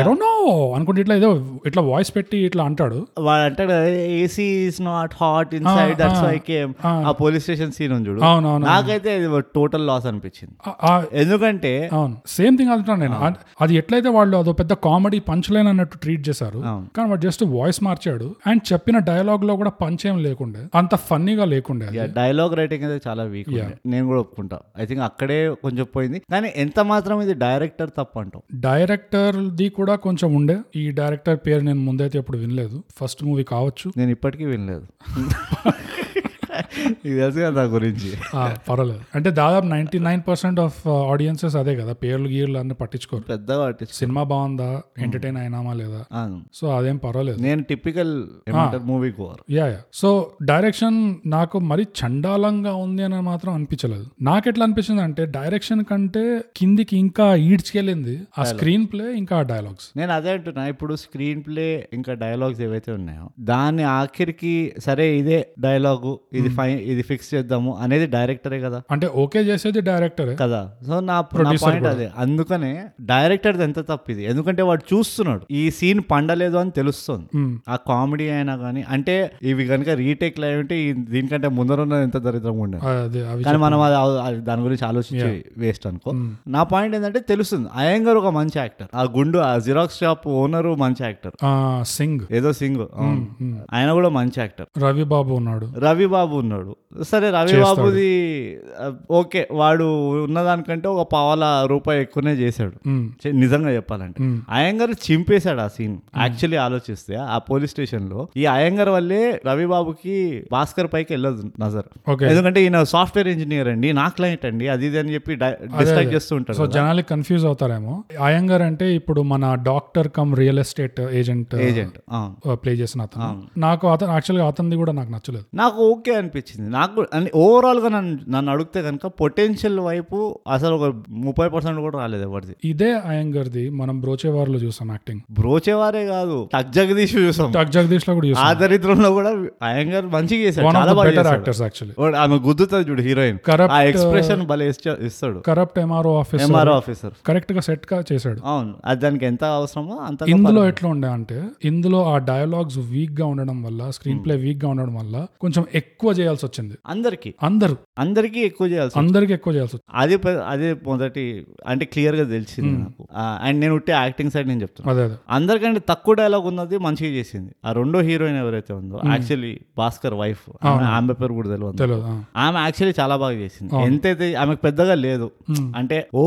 ఐ డోంట్ నో అనుకుంటే ఇట్లా ఏదో ఇట్లా వాయిస్ పెట్టి ఇట్లా అంటాడు వాడు అంటాడు AC is not hot inside that's I came ఆ పోలీస్ స్టేషన్ సీన్ ఉంది చూడు అవునవును నాకైతే టోటల్ లాస్ అనిపించింది ఆ- ఆ- ఎందుకంటే అవును సేమ్ థింగ్ అంటున్నాను నేను అ- అది ఎట్లయితే వాళ్ళు అదో పెద్ద కామెడీ పంచ్ లైన్ అన్నట్టు ట్రీట్ చేశారు అవును. కానీ వాడు జస్ట్ వాయిస్ మార్చాడు అండ్ చెప్పిన డైలాగ్ లో కూడా పంచ్ ఏం లేకుండే అంత ఫన్నీగా లేకుండే అది. డైలాగ్ రైటింగ్ అయితే చాలా వీక్ నేను కూడా ఒప్పుకుంటా ఐ థింక్ అక్కడే కొంచెం పోయింది కానీ ఎంత మాత్రం ఇది డైరెక్టర్ తప్పు అంటాం డైరెక్టర్ ది కూడా కొంచెం ఉండే ఈ డైరెక్టర్ పేరు నేను ముందైతే ఎప్పుడు వినలేదు ఫస్ట్ మూవీ కావచ్చు నేను ఇప్పటికీ వినలేదు ఇది తెలుసు కదా నా గురించి ఆ, పర్వాలేదు అంటే దాదాపు ninety nine percent of audiences అదే కదా పేర్లు గీర్లు అన్ని పట్టించుకోరు పెద్దగా పట్టించు సినిమా బాగుందా ఎంటర్టైన్ అయినామా లేదా అవును. సో అదేం పర్వాలేదు నేను టిపికల్ ఏమంటారు movie core yeah yeah so direction నాకు మరి చండాలంగా ఉంది అని మాత్రం అనిపించలేదు నాకు ఎట్లా అనిపించింది అంటే డైరెక్షన్ కంటే కిందికి ఇంకా ఈడ్చుకెళ్ళింది ఆ స్క్రీన్ ప్లే ఇంకా ఆ డైలాగ్స్ నేను అదే అంటున్నా ఇప్పుడు స్క్రీన్ ప్లే ఇంకా డైలాగ్స్ ఏవైతే ఉన్నాయో దాని ఆఖరికి సరే ఇదే డైలాగు ఇది ఫైన్ ఇది ఫిక్స్ చేద్దాము అనేది డైరెక్టరే కదా అంటే ఓకే చేసేది డైరెక్టర్ కదా సో నా పాయింట్ అదే అందుకనే డైరెక్టర్ ఎంత తప్పు ఇది ఎందుకంటే వాడు చూస్తున్నాడు ఈ సీన్ పండలేదు అని తెలుస్తుంది ఆ కామెడీ అయినా కానీ అంటే ఇవి కనుక రీటేక్ లో ఉంటే ఈ- దీనికంటే ముందర ఉన్నది ఎంత దరిద్రంగా ఉండేది అదే అవి కానీ మనం అది అది దాని గురించి ఆలోచించి వేస్ట్ అనుకో నా పాయింట్ ఏంటంటే తెలుస్తుంది అయ్యంగారు ఒక మంచి యాక్టర్ ఆ గుండు ఆ జిరాక్స్ షాప్ ఓనరు మంచి యాక్టర్ ఆ, సింగ్ ఏదో సింగ్ ఆయన కూడా మంచి యాక్టర్ రవి బాబు ఉన్నాడు రవి బాబు ఉన్నాడు సరే రవి బాబుది ఆ, ఓకే వాడు ఉన్నదానికంటే ఒక పావల రూపాయి ఎక్కువనే చేశాడు మ్మ్. చే- నిజంగా చెప్పాలంటే అయ్యంగారు చింపేశాడు ఆ సీన్ యాక్చువల్లీ ఆలోచిస్తే ఆ పోలీస్ స్టేషన్ లో ఈ అయ్యంగార్ వల్లే రవి బాబుకి భాస్కర్ పైకి వెళ్ళదు నజర్ ఓకే ఎందుకంటే ఈయన సాఫ్ట్వేర్ ఇంజనీర్ అండి నా క్లయింట్ అండి అది ఇది అని చెప్పి డిస్టర్బ్ చేస్తూ సో ఉంటాడు జనాలకి కన్ఫ్యూజ్ అవుతారేమో అయ్యంగార్ అంటే ఇప్పుడు మన doctor cum real estate agent agent play చేసిన అతను నాకు అతను యాక్చువల్గా అతనిది కూడా నాకు నచ్చలేదు నాకు ఓకే అనిపించింది నాకు ఓవరాల్ గా నన్ను నన్ను అడిగితే కనుక పొటెన్షియల్ వైపు అసలు ఒక ముప్పై పర్సెంట్ కూడా రాలేదు ఎవరిది ఇదే అయ్యంగార్ది మనం బ్రోచేవార్లో చూసాం యాక్టింగ్ బ్రోచేవారే కాదు టక్ జగదీష్ చూసాం టక్ జగదీష్ లో కూడా చూసాం ఆ దరిద్రంలో కూడా అయ్యంగారు మంచిగా చేశాడు వన్ ఆఫ్ చాలా ద బాగా బెటర్ చేశాడు. యాక్టర్స్ యాక్చువల్లీ వాడు ఆమె గుద్దుతుంది చూడు హీరోయిన్ Corrupt, ఆ ఎక్స్ప్రెషన్ భలే ఇస్చ- ఇస్తాడు corrupt MRO office MRO officer correct గా సెట్ గా చేశాడు అవును అది దానికి ఎంత అవసరమో అంత ఇందులో ఎట్లా ఉండే అంటే ఇందులో ఆ డైలాగ్స్ వీక్ గా ఉండడం వల్ల స్క్రీన్ ప్లే వీక్ గా ఉండడం వల్ల కొంచెం ఎక్కువ చేయాల్సి వచ్చింది అందరికి అందరూ అందరికీ ఎక్కువ చేయాల్సి అందరికి ఎక్కువ చేయాల్సి వచ్చింది అది పె- అదే మొదటి అంటే క్లియర్ గా తెలిసింది Hmm. నాకు అండ్ నేను ఉంటే యాక్టింగ్ సైడ్ నేను చెప్తున్నా అదే అదే అందరికంటే తక్కువ డైలాగ్ ఉన్నది మంచిగా చేసింది ఆ రెండో హీరోయిన్ ఎవరైతే ఉందో యాక్చువల్లీ భాస్కర్ వైఫ్ ఆమె పేరు కూడా తెలియదు తెలియదు ఆ. ఆమె యాక్చువల్లీ చాలా బాగా చేసింది ఎంతైతే ఆమెకు పెద్దగా లేదు అంటే ఓ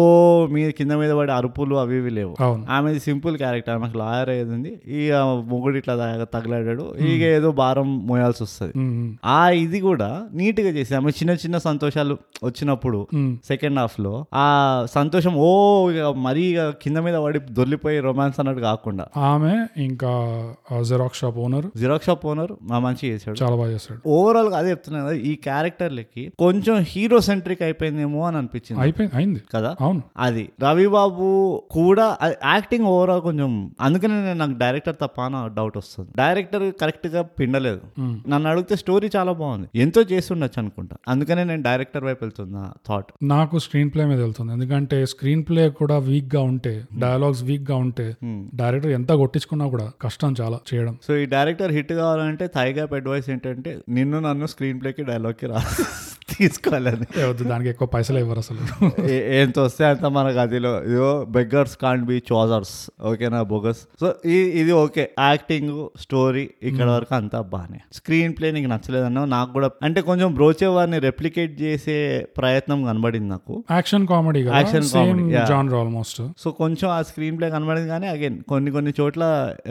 మీద కింద మీద పడి అరుపులు అవి ఇవి లేవు అవును. ఆమెది సింపుల్ క్యారెక్టర్ ఆమెకు లాయర్ అయ్యేది ఉంది ఈ మొగుడు ఇట్లా తగ- తగిలాడాడు ఇక ఏదో భారం మోయాల్సి వస్తుంది ఉమ్, ఉమ్. ఆ ఇది కూడా నీట్ గా చేసింది ఆమె చిన్న చిన్న సంతోషాలు వచ్చినప్పుడు సెకండ్ హాఫ్ లో ఆ సంతోషం ఓ ఇక మరీ ఇక కింద మీద పడి దొర్లిపోయి రొమాన్స్ అన్నట్టు కాకుండా ఆమె ఇంకా xerox shop owner xerox shop owner మా మంచి చేశాడు చాలా బాగా చేస్తాడు ఓవరాల్ గా అదే చెప్తున్నా కదా ఈ క్యారెక్టర్లకి కొంచెం హీరో సెంట్రిక్ అయిపోయిందేమో అని అనిపించింది అయిపోయింది అయింది కదా అవును అది రవిబాబు కూడా ఆ- యాక్టింగ్ ఓవరాల్ కొంచెం అందుకనే నేను నాకు డైరెక్టర్ తప్ప అని డౌట్ వస్తుంది డైరెక్టర్ కరెక్ట్ గా పిండలేదు నన్ను అడిగితే స్టోరీ చాలా బాగుంది ఎంతో చేస్తుండొచ్చు అనుకుంటా అందుకనే నేను డైరెక్టర్ వైపు వెళ్తున్నా థాట్ నాకు స్క్రీన్ ప్లే మీద వెళ్తుంది ఎందుకంటే స్క్రీన్ ప్లే కూడా వీక్ గా ఉంటే డైలాగ్స్ వీక్ గా ఉంటే Hmm. డైరెక్టర్ ఎంత కొట్టించుకున్నా కూడా కష్టం చాలా చేయడం సో ఈ డైరెక్టర్ హిట్ కావాలంటే థైగా అడ్వైస్ ఏంటంటే నిన్ను నన్ను స్క్రీన్ ప్లేకి డైలాగ్కి రా తీసుకోవాలని ఏ వద్దు, దానికి ఎక్కువ పైసలు ఇవ్వరు అసలు ఏ- ఏంత వస్తే అంత మనకు అదిలో ఇదో బెగ్గర్స్ కాంట్ బి చోజర్స్ ఓకేనా బొగస్ సో ఇది ఓకే యాక్టింగ్ స్టోరీ ఇక్కడ వరకు అంతా బాగానే స్క్రీన్ ప్లే నీకు నచ్చలేదన్నా నాకు కూడా అంటే కొంచెం బ్రోచే వారిని రెప్లికేట్ చేసే ప్రయత్నం కనబడింది నాకు action comedy Action same comedy, yeah. Genre almost so కొంచెం ఆ స్క్రీన్ ప్లే కనబడింది కానీ అగైన్ కొన్ని కొన్ని చోట్ల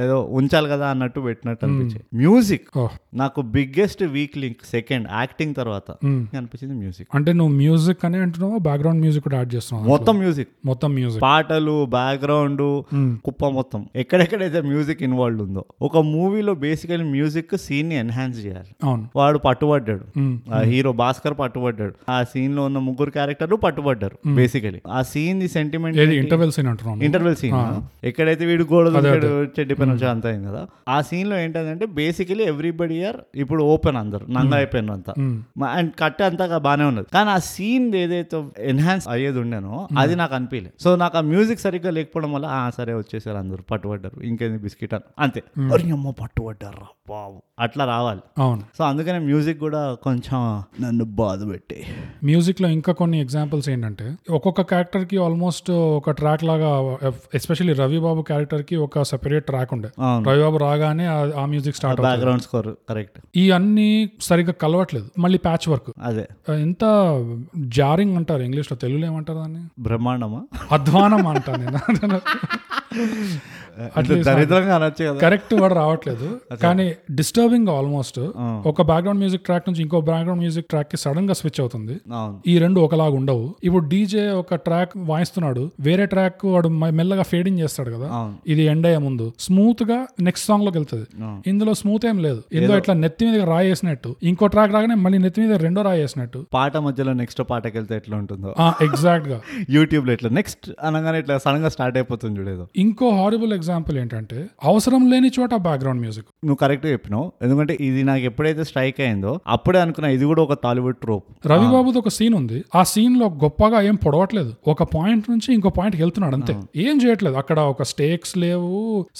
ఏదో ఉంచాలి కదా అన్నట్టు పెట్టినట్టు అనిపించింది మ్యూజిక్ ఓహ్ నాకు biggest weak link second acting తర్వాత అనిపించింది మ్యూజిక్ అంటే నువ్వు మ్యూజిక్ అని అంటున్నావా బ్యాక్గ్రౌండ్ మ్యూజిక్ కూడా యాడ్ చేస్తున్నావు మొత్తం మ్యూజిక్ మొత్తం మ్యూజిక్ పాటలు బ్యాక్గ్రౌండ్ కుప్ప మొత్తం ఎక్కడెక్కడైతే మ్యూజిక్ ఇన్వాల్వ్ ఉందో ఒక మూవీలో బేసికలీ మ్యూజిక్ సీన్ ని ఎన్హాన్స్ చేయాలి అవును వాడు పట్టుబడ్డాడు మ్మ్. ఆ హీరో భాస్కర్ పట్టుబడ్డాడు ఆ సీన్ లో ఉన్న ముగ్గురు క్యారెక్టర్లు పట్టుబడ్డారు బేసికలీ ఆ సీన్ ది సెంటిమెంట్ ఏది ఇంటర్వెల్స్ అని అంటున్నాను ఇంటర్వెల్ సీన్ ఎక్కడైతే వీడు గోడ దూకాడు, చెడ్డి పైన వచ్చి అంత అయింది కదా ఆ సీన్ లో ఏంటంటే బేసికలీ ఎవ్రీబడి ఆర్ ఇప్పుడు ఓపెన్ అందరు నంగా అయిపోయినారు అంతా అండ్ కట్ అంతా గా- బానే ఉన్నది కానీ ఆ సీన్ ఏదైతే ఎన్హాన్స్ అయ్యేది ఉండేనో అది నాకు అనిపించలేదు సో నాకు ఆ మ్యూజిక్ సరిగ్గా లేకపోవడం వల్ల ఆ సరే వచ్చేసారు అందరు పట్టుబడ్డారు ఇంకేంది బిస్కెట్ అని అంతే "అరే అమ్మ పట్టుబడ్డారు రా బాబు అట్లా రావాలి అవును సో అందుకనే మ్యూజిక్ కూడా కొంచెం నన్ను బాధ పెట్టి మ్యూజిక్ లో ఇంకా కొన్ని ఎగ్జాంపుల్స్ ఏంటంటే ఒక్కొక్క క్యారెక్టర్ కి ఆల్మోస్ట్ ఒక ట్రాక్ లాగా ఎస్పెషల్లీ రవి బాబు క్యారెక్టర్ కి ఒక సెపరేట్ ట్రాక్ ఉండే అవును రవి బాబు రాగానే ఆ- ఆ మ్యూజిక్ స్టార్ట్ అవుతుంది బ్యాక్గ్రౌండ్ స్కోర్ కరెక్ట్ ఈ అన్ని సరిగ్గా కలవట్లేదు మళ్ళీ ప్యాచ్ వర్క్ అదే ఎంత జారింగ్ అంటారు ఇంగ్లీష్ లో తెలుగులో ఏమంటారు దాన్ని బ్రహ్మాండమా అధ్వానం అంటాను నేను అంటే అట్లీస్ట్ దరిద్రంగా అనొచ్చు కదా కరెక్ట్ వాడు రావట్లేదు కానీ డిస్టర్బింగ్ ఆల్మోస్ట్ ఒక బ్యాక్గ్రౌండ్ మ్యూజిక్ ట్రాక్ నుంచి ఇంకో బ్యాక్గ్రౌండ్ మ్యూజిక్ ట్రాక్ కి సడన్ గా స్విచ్ అవుతుంది అవును ఈ రెండు ఒకలాగా ఉండవు ఇప్పుడు డీజే ఒక ట్రాక్ వాయిస్తున్నాడు వేరే ట్రాక్ వాడు మ- మెల్లగా ఫేడింగ్ చేస్తాడు కదా అవును ఇది ఎండ్ అయ్యే ముందు స్మూత్ గా నెక్స్ట్ సాంగ్ లోకి వెళ్తుంది అవును. ఇందులో స్మూత్ ఏం లేదు ఇందులో ఇట్లా నెత్తి మీద రాయి వేసినట్టు ఇంకో ట్రాక్ రాగానే మళ్ళీ నెత్తి మీద రెండో రాయి వేసినట్టు పాట మధ్యలో నెక్స్ట్ పాటకి వెళ్తే ఎట్లా ఉంటుందో ఆ ఎగ్జాక్ట్ గా యూట్యూబ్లో ఇట్లా నెక్స్ట్ అనగానే ఇట్లా సడన్గా స్టార్ట్ అయిపోతుంది చూడేదో ఇంకో హారిబుల్ ఎగ్జాంపుల్ ఏంటంటే అవసరం లేని చోట బ్యాక్గ్రౌండ్ మ్యూజిక్ నువ్వు కరెక్ట్గా చెప్పినావు ఎందుకంటే ఇది నాకు ఎప్పుడైతే స్ట్రైక్ అయిందో అప్పుడే అనుకున్నా ఇది కూడా ఒక టాలీవుడ్ ట్రోప్ రవిబాబుది ఒక సీన్ ఉంది ఆ సీన్ లో గొప్పగా ఏం పొడవట్లేదు ఒక పాయింట్ నుంచి ఇంకో పాయింట్ వెళ్తున్నాడు అంతే ఏం చేయట్లేదు అక్కడ ఒక స్టేక్స్ లేవు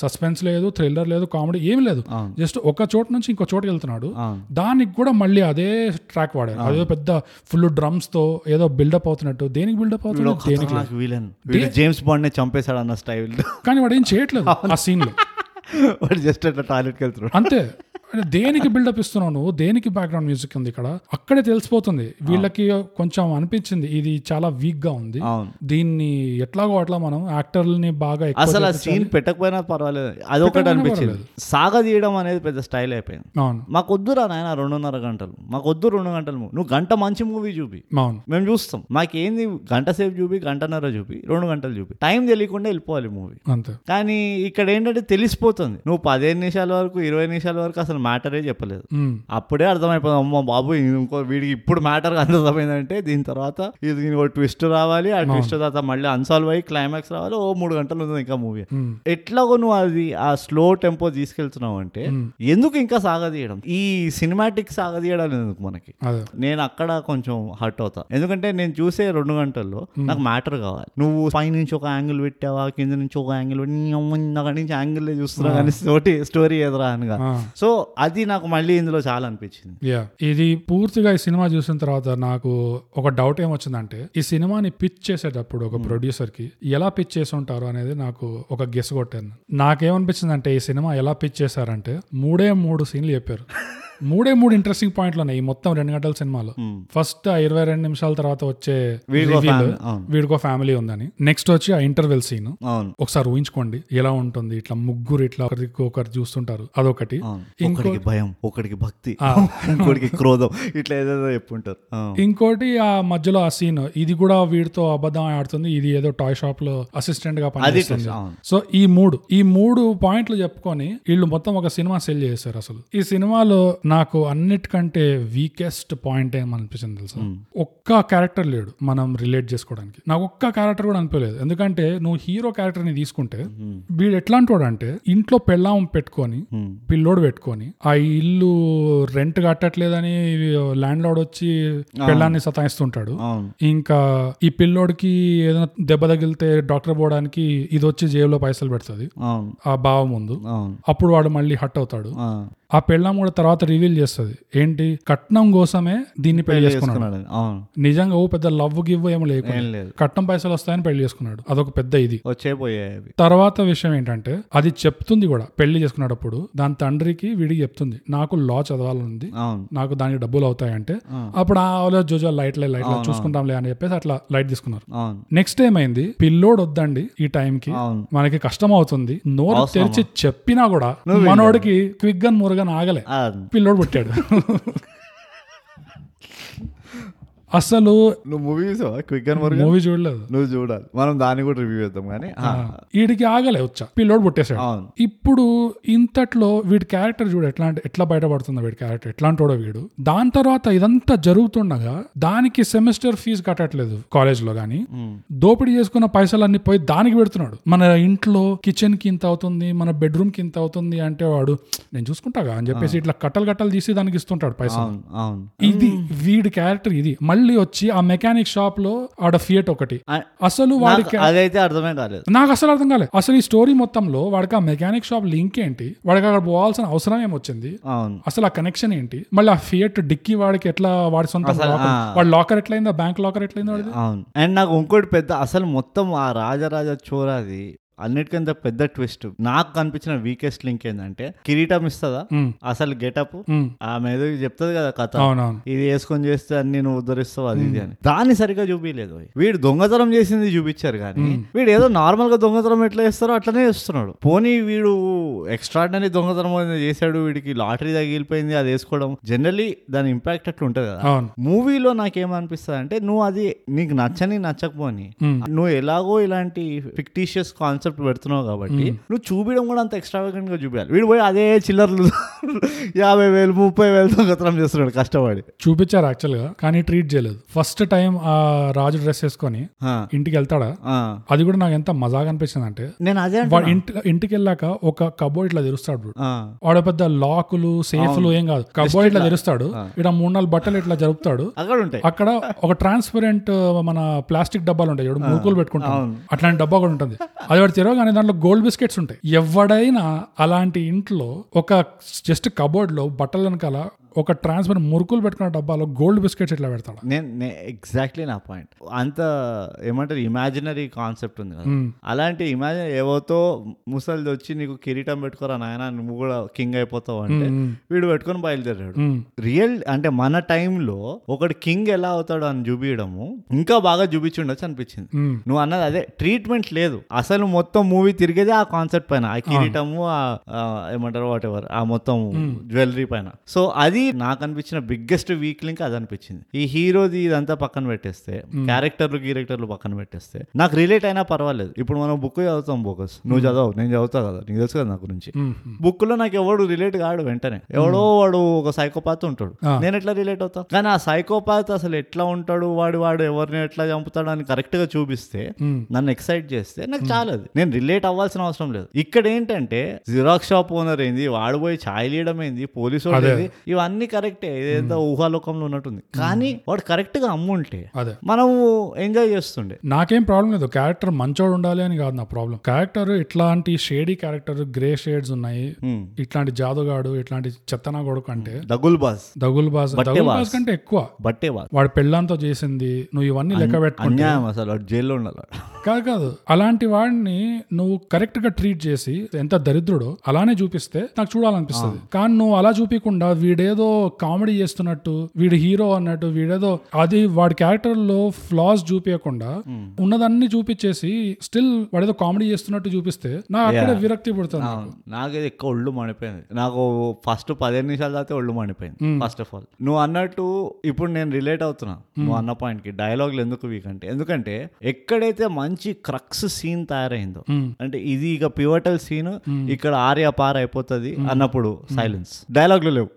సస్పెన్స్ లేదు థ్రిల్లర్ లేదు కామెడీ ఏం లేదు అవును. జస్ట్ ఒక చోట నుంచి ఇంకో చోట వెళ్తున్నాడు అవును. దానికి కూడా మళ్ళీ అదే ట్రాక్ వాడారు అదే పెద్ద ఫుల్ డ్రమ్స్ తో ఏదో బిల్డప్ అవుతున్నట్టు దేనికి బిల్డప్ అవుతున్నట్టు దేనికి లేదు. నాకు వీలన్ వీడు జేమ్స్ బాండ్ నే చంపేశాడు అన్న స్టైల్ కానీ వాడు ఏం చేయట్లేదు ఆ సీన్ లో వాడు జస్ట్ అట్లా టాయిలెట్కి వెళ్తున్నాడు అంతే అంటే దేనికి బిల్డప్ ఇస్తున్నావు నువ్వు దేనికి బ్యాక్గ్రౌండ్ మ్యూజిక్ ఉంది ఇక్కడ అక్కడే తెలిసిపోతుంది వీళ్ళకి కొంచెం అనిపించింది ఇది చాలా వీక్ గా ఉంది అవును దీన్ని ఎట్లాగో అట్లా మనం యాక్టర్లని బాగా ఎక్కువ అసలు ఆ చేపించాలి. సీన్ పెట్టకపోయినా పర్వాలేదు అదొకటి పెట్టకపోయినా అనిపించింది సాగ తీయడం అనేది పెద్ద స్టైల్ అయిపోయింది అవును మాకు వద్దురా నాయన రెండున్నర గంటలు మాకు వద్దు రెండు గంటలు movie. నువ్వు గంట మంచి మూవీ చూపి అవును మేము చూస్తాం మాకేంది గంట సేపు చూపి గంటన్నర చూపి రెండు గంటలు చూపి టైం తెలియకుండా వెళ్ళిపోవాలి మూవీ అంతే కానీ ఇక్కడ ఏంటంటే తెలిసిపోతుంది నువ్వు పదిహేను నిమిషాల వరకు ఇరవై నిమిషాల వరకు అసలు మ్యాటరే చెప్పలేదు ఉమ్. అప్పుడే అర్థమైపోతుంది అమ్మ బాబు ఇంకో వీడికి ఇప్పుడు మ్యాటర్ అర్థమైందంటే దీని తర్వాత ఇది ఇంకో ట్విస్ట్ రావాలి ఆ ట్విస్ట్ తర్వాత మళ్ళీ అన్సాల్వ్ అయ్యి క్లైమాక్స్ రావాలి ఓ మూడు గంటలు ఉంది ఇంకా మూవీ Hmm. ఎట్లాగో నువ్వు అది ఆ స్లో టెంపో తీసుకెళ్తున్నావు అంటే ఎందుకు ఇంకా సాగదీయడం ఈ సినిమాటిక్ సాగదీయడం ఎందుకు మనకి అదే నేను అక్కడ కొంచెం హర్ట్ అవుతా ఎందుకంటే నేను చూసే రెండు గంటల్లో నాకు మ్యాటర్ కావాలి నువ్వు పై నుంచి ఒక యాంగిల్ పెట్టావా కింద నుంచి ఒక యాంగిల్ అక్కడి నుంచి యాంగిల్ చూస్తున్నా కానీ తోటి స్టోరీ ఎదురా అనగా ఆ. సో అది నాకు మళ్ళీ ఇందులో చాలా అనిపించింది యా ఇది పూర్తిగా ఈ సినిమా చూసిన తర్వాత నాకు ఒక డౌట్ ఏమొచ్చిందంటే ఈ సినిమాని పిచ్ చేసేటప్పుడు ఒక ప్రొడ్యూసర్ కి ఎలా పిచ్ చేసి ఉంటారు అనేది నాకు ఒక గెస్ కొట్టాను నాకేమనిపించిందంటే ఈ సినిమా ఎలా పిచ్ చేశారంటే మూడే మూడు సీన్లు చెప్పారు మూడే మూడు ఇంట్రెస్టింగ్ పాయింట్లు ఉన్నాయి ఈ మొత్తం రెండు గంటల సినిమాలో ఫస్ట్ ఆ ఇరవై రెండు నిమిషాల తర్వాత వచ్చే వీడికో reveal, ఫ్యామిలీ- అవును. వీడికో ఫ్యామిలీ ఉందని నెక్స్ట్ వచ్చి ఆ ఇంటర్వెల్ సీన్ అవును ఒకసారి ఊహించుకోండి ఎలా ఉంటుంది ఇట్లా ముగ్గురు ఇట్లా ఒకరి ఒకరు చూస్తుంటారు అదొకటి అవును ఇంకో ఒకడికి భయం ఒకడికి భక్తి ఇంకోటికి క్రోధం ఇట్లా ఏదేదో చెప్పుంటారు అవును. ఇంకోటి ఆ మధ్యలో ఆ సీన్ ఇది కూడా వీడితో అబద్ధం ఆడుతుంది ఇది ఏదో టాయ్ షాప్ లో అసిస్టెంట్ గా అది పనిచేస్తుంది అవును సో ఈ మూడు ఈ మూడు పాయింట్లు చెప్పుకొని వీళ్ళు మొత్తం ఒక సినిమా సెల్ చేశారు అసలు ఈ సినిమాలో నాకు అన్నిటికంటే వీకెస్ట్ పాయింట్ ఏమనిపించింది తెలుసా ఒక్క క్యారెక్టర్ లేడు మనం రిలేట్ చేసుకోవడానికి నాకు ఒక్క క్యారెక్టర్ కూడా అనిపించలేదు ఎందుకంటే నువ్వు హీరో క్యారెక్టర్ ని తీసుకుంటే వీడు ఎట్లాంటి వాడు అంటే ఇంట్లో పెళ్ళాం పెట్టుకొని పిల్లోడు పెట్టుకొని ఆ ఇల్లు రెంట్ కట్టట్లేదని ల్యాండ్ లార్డ్ వచ్చి పెళ్ళాన్ని సతాయిస్తుంటాడు అవును ఇంకా ఈ పిల్లోడికి ఏదైనా దెబ్బ తగిలితే డాక్టర్ పోవడానికి ఇది వచ్చి జేబులో పైసలు పెడుతుంది అవును ఆ బావ ముందు అవును అప్పుడు వాడు మళ్ళీ హట్ అవుతాడు ఆ, ఆ పెళ్ళం కూడా తర్వాత రివీల్ చేస్తుంది ఏంటి కట్నం కోసమే దీన్ని పెళ్లి చేసుకున్నాడు చేసుకున్నాడు. అవును నిజంగా ఓ పెద్ద లవ్ గివ్ ఏమో లేకుండా ఏం లేదు కట్నం పైసలు వస్తాయని పెళ్లి చేసుకున్నాడు అదొక పెద్ద ఇది వచ్చే పోయాయి అవి తర్వాత విషయం ఏంటంటే అది చెప్తుంది కూడా పెళ్లి చేసుకునేటప్పుడు దాని తండ్రికి వీడికి చెప్తుంది నాకు లా చదవాలనుంది అవును నాకు దానికి డబ్బులు అవుతాయంటే ఆ. అప్పుడు ఆ ఆలో జోజో లైట్లే లైట్లో చూసుకుంటాంలే అని చెప్పేసి అట్లా లైట్ తీసుకున్నారు అవును నెక్స్ట్ ఏమైంది పిల్లోడు వద్దండి ఈ టైంకి అవును మనకి కష్టం అవుతుంది నోరు తెరిచి చెప్పినా కూడా నువ్వు మనోడికి క్విక్ గా మురుగన్ ఆగలే అవును. పిల్లోడు పుట్టాడు అసలు నువ్వు మూవీ చూసావా క్విక్ అండ్ వర్క్ మూవీ చూడలేదు నువ్వు చూడాలి మనం దాన్ని కూడా రివ్యూ చేద్దాం కానీ ఆ, వీడికి ఆగలే వచ్చా పిల్లోడు పుట్టేశాడు అవును ఇప్పుడు ఇంతట్లో వీడి క్యారెక్టర్ చూడు ఎట్లా అంటే ఎట్లా బయటపడుతుందో వీడి క్యారెక్టర్ ఎట్లాంటోడో వీడు దాని తర్వాత ఇదంతా జరుగుతుండగా దానికి సెమిస్టర్ ఫీజు కట్టట్లేదు కాలేజ్ లో గానీ దోపిడీ చేసుకున్న పైసలన్నీ పోయి దానికి పెడుతున్నాడు మన ఇంట్లో కిచెన్ కి ఇంత అవుతుంది మన బెడ్రూమ్ కి ఇంత అవుతుంది అంటే వాడు నేను చూసుకుంటాగా అని చెప్పేసి ఇట్లా కట్టలు కట్టలు తీసి దానికి ఇస్తుంటాడు పైసలు అవును అవును ఇది వీడి క్యారెక్టర్ ఇది మళ్ళీ వచ్చి ఆ మెకానిక్ షాప్ లో ఆడ ఫియట్ ఒకటి ఆ- అసలు నాకు వాడికి అదైతే అర్థమే కాలేదు నాకు అసలు అర్థం కాలేదు అసలు ఈ స్టోరీ మొత్తంలో వాడికి ఆ మెకానిక్ షాప్ లింక్ ఏంటి వాడికి అక్కడ పోవాల్సిన అవసరం ఏమొచ్చింది అవును అసలు ఆ కనెక్షన్ ఏంటి మళ్ళీ ఆ ఫియట్ డిక్కీ వాడికి ఎట్లా వాడి సొంత అసలు, locker- ఆ. వాడి లాకర్ ఎట్లయిందా బ్యాంక్ లాకర్ ఎట్లయిందా వాడిది అవును అండ్ నాకు ఇంకోటి పెద్ద అసలు మొత్తం ఆ రాజరాజ చోరాది అన్నిటికంత పెద్ద ట్విస్ట్ నాకు కనిపించిన వీకెస్ట్ లింక్ ఏంటంటే కిరీటం ఇస్తుందా ఉమ్, అసలు గెటప్ ఉమ్, ఆమె ఏదో చెప్తుంది కదా కథ అవునవును ఇది వేసుకొని చేస్తే అన్ని నువ్వు ఉద్ధరిస్తావు అది ఇది అని దాన్ని సరిగ్గా చూపించలేదు వీడు దొంగతనం చేసింది చూపించారు కానీ వీడు ఏదో నార్మల్ గా దొంగతనం ఎట్లా చేస్తారో అట్లనే చేస్తున్నాడు పోనీ వీడు ఎక్స్ట్రాడినరీ దొంగతనం అనేది చేశాడు వీడికి లాటరీ తగిలిపోయింది అది వేసుకోవడం జనరల్లీ దాని ఇంపాక్ట్ అట్లా ఉంటుంది కదా అవును మూవీలో నాకేమనిపిస్తుంది అంటే నువ్వు అది నీకు నచ్చని నచ్చకపోని Hmm. నువ్వు ఎలాగో ఇలాంటి ఫిక్టీషియస్ కాన్సెప్ట్ పెడుతున్నావు కాబట్టి నువ్వు చూపించడం కూడా అంత ఎక్స్ట్రావెగెంట్ గా చూపించాలి వీడు పోయి అదే చిల్లర్లు యాభై వేలు ముప్పై వేలు దొంగతనం చేస్తున్నాడు కష్టపడి చూపించారు యాక్చువల్గా కానీ ట్రీట్ చేయలేదు ఫస్ట్ టైం ఆ రాజు డ్రెస్ వేసుకొని ఆ, ఇంటికి వెళ్తాడా ఆ. అది కూడా నాకు ఎంత మజాగా అనిపించింది అంటే నేను అదే అంటున్నా. వాడు ఇంటి ఇంటికి వెళ్ళాక ఒక కబోర్డ్ ఇట్లా తెరుస్తాడు bro. ఆ, వాడు పెద్ద లాకులు సేఫ్లు ఏం కాదు కబోర్డ్ ఇట్లా తెరుస్తాడు ఇక్కడ మూడు నాలుగు బట్టలు ఇట్లా జరుపుతాడు అక్కడ ఉంటాయి అక్కడ ఒక ట్రాన్స్పరెంట్ మన ప్లాస్టిక్ డబ్బాలు ఉంటాయి చూడు మూకులు పెట్టుకుంటాం అట్లాంటి డబ్బా కూడా ఉంటుంది అది వాడు తెరవగానే దాంట్లో గోల్డ్ బిస్కెట్స్ ఉంటాయి ఎవడైనా అలాంటి ఇంట్లో ఒక జస్ట్ కబోర్డ్ లో బట్టల వెనకాల ఒక ట్రాన్స్పరెంట్ మురుకులు పెట్టుకున్న డబ్బాలో గోల్డ్ బిస్కెట్స్ ఇట్లా పెడతాడు నేను ఎగ్జాక్ట్లీ నా పాయింట్ అంత ఏమంటారు ఇమాజినరీ కాన్సెప్ట్ ఉంది కదా అలాంటి ఇమాజిన్ ఏవోతో ముసలిది వచ్చి నీకు కిరీటం పెట్టుకోరా నాయన నువ్వు కూడా కింగ్ అయిపోతావు అంటే వీడు పెట్టుకొని బయలుదేరాడు Hmm. రియల్ అంటే మన టైంలో ఒకడు కింగ్ ఎలా అవుతాడు అని చూపించడము ఇంకా బాగా చూపించుండొచ్చు అనిపించింది Hmm. నువ్వు అన్నది అదే ట్రీట్మెంట్ లేదు అసలు మొత్తం మూవీ తిరిగేది ఆ కాన్సెప్ట్ పైన ఆ కిరీటము ఆ ఆ, ఏమంటారు వాట్ ఎవర్ ఆ మొత్తం జ్యువెలరీ పైన సో అది నాకు అనిపించిన బిగ్గెస్ట్ వీక్ లింక్ అది అనిపించింది ఈ హీరోది ఇదంతా పక్కన పెట్టేస్తే క్యారెక్టర్లు క్యారెక్టర్లు పక్కన పెట్టేస్తే నాకు రిలేట్ అయినా పర్వాలేదు ఇప్పుడు మనం బుక్ చదువుతాం బోకస్ నువ్వు చదవవు నేను చదువుతా కదా నీకు తెలుసు కదా నా గురించి మ్మ్. Book Hmm. లో నాకు ఎవడు రిలేట్ కాడు వెంటనే ఎవడో వాడు ఒక సైకోపాత్ ఉంటాడు ఆ. నేను ఎట్లా రిలేట్ అవుతా కానీ ఆ సైకోపాత్ అసలు ఎట్లా ఉంటాడు వాడు వాడు ఎవరిని ఎట్లా చంపుతాడు అని కరెక్ట్ గా చూపిస్తే మ్మ్. నన్ను ఎక్సైట్ చేస్తే నాకు చాలా అది నేను రిలేట్ అవ్వాల్సిన అవసరం లేదు ఇక్కడ ఏంటంటే జిరాక్స్ షాప్ ఓనర్ ఏంది వాడు పోయి ఛాయ్ లీయడం ఏంది పోలీసు వాడు ఏంది ఇవన్నీ కరెక్టే ఇదేదో ఊహాలోకంలో ఉన్నట్టుంది కానీ వాడు కరెక్ట్ గా అమ్ముంటే అదే మనము ఎంజాయ్ చేస్తుండే నాకేం ప్రాబ్లం లేదు క్యారెక్టర్ మంచోడు ఉండాలి అని కాదు నా ప్రాబ్లం క్యారెక్టర్ ఇట్లాంటి షేడీ క్యారెక్టర్ గ్రే షేడ్స్ ఉన్నాయి మ్మ్. ఇట్లాంటి జాదుగాడు ఇట్లాంటి చెత్తనా కొడుకు అంటే దగుల్ బాస్ దగుల్ బాస్ దగుల్ బాస్ కంటే ఎక్కువ బట్టే బాస్ వాడు పెళ్ళంతో చేసింది నువ్వు ఇవన్నీ లెక్క పెట్టుకుంటే అన్యాయం అసలు వాడు జైల్లో ఉండాలి కాదు కాదు అలాంటి వాడిని నువ్వు కరెక్ట్ గా ట్రీట్ చేసి ఎంత దరిద్రుడో అలానే చూపిస్తే నాకు చూడాలనిపిస్తుంది కానీ నువ్వు అలా చూపించకుండా వీడేదో కామెడీ చేస్తున్నట్టు వీడు హీరో అన్నట్టు వీడేదో అది వాడి క్యారెక్టర్ లో ఫ్లాస్ చూపించకుండా ఉన్నదన్ని చూపించేసి స్టిల్ వాడేదో కామెడీ చేస్తున్నట్టు చూపిస్తే నాకు అక్కడే విరక్తి పుడుతుంది అవును నాకైతే ఎక్కువ ఒళ్ళు మండిపోయింది నాకు ఫస్ట్ పదిహేను నిమిషాల దాకా ఒళ్ళు మండిపోయింది ఫస్ట్ ఆఫ్ ఆల్ నువ్వు అన్నట్టు ఇప్పుడు నేను రిలేట్ అవుతున్నా నువ్వు అన్న పాయింట్ కి డైలాగులు ఎందుకు వీక్ అంటే ఎందుకంటే ఎక్కడైతే మంచి క్రక్స్ సీన్ తయారైందో మ్మ్. అంటే ఇది ఇక పివటల్ సీన్ ఇక్కడ ఆర్య పార్ అయిపోతుంది అన్నప్పుడు సైలెన్స్ డైలాగులు లేవు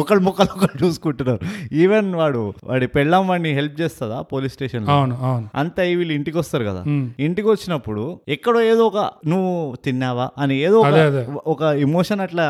ఒకళ్ళు ముక్కలు ఒకళ్ళు చూసుకుంటున్నారు ఈవెన్ వాడు వాడి పెళ్ళాం వాడిని హెల్ప్ చేస్తుందా పోలీస్ స్టేషన్ అవును అవును అంత అయి వీళ్ళు ఇంటికి వస్తారు కదా మ్మ్. ఇంటికి వచ్చినప్పుడు ఎక్కడో ఏదో ఒక నువ్వు తిన్నావా అని ఏదో ఒక- అదే, అదే. ఒక ఇమోషన్ అట్లా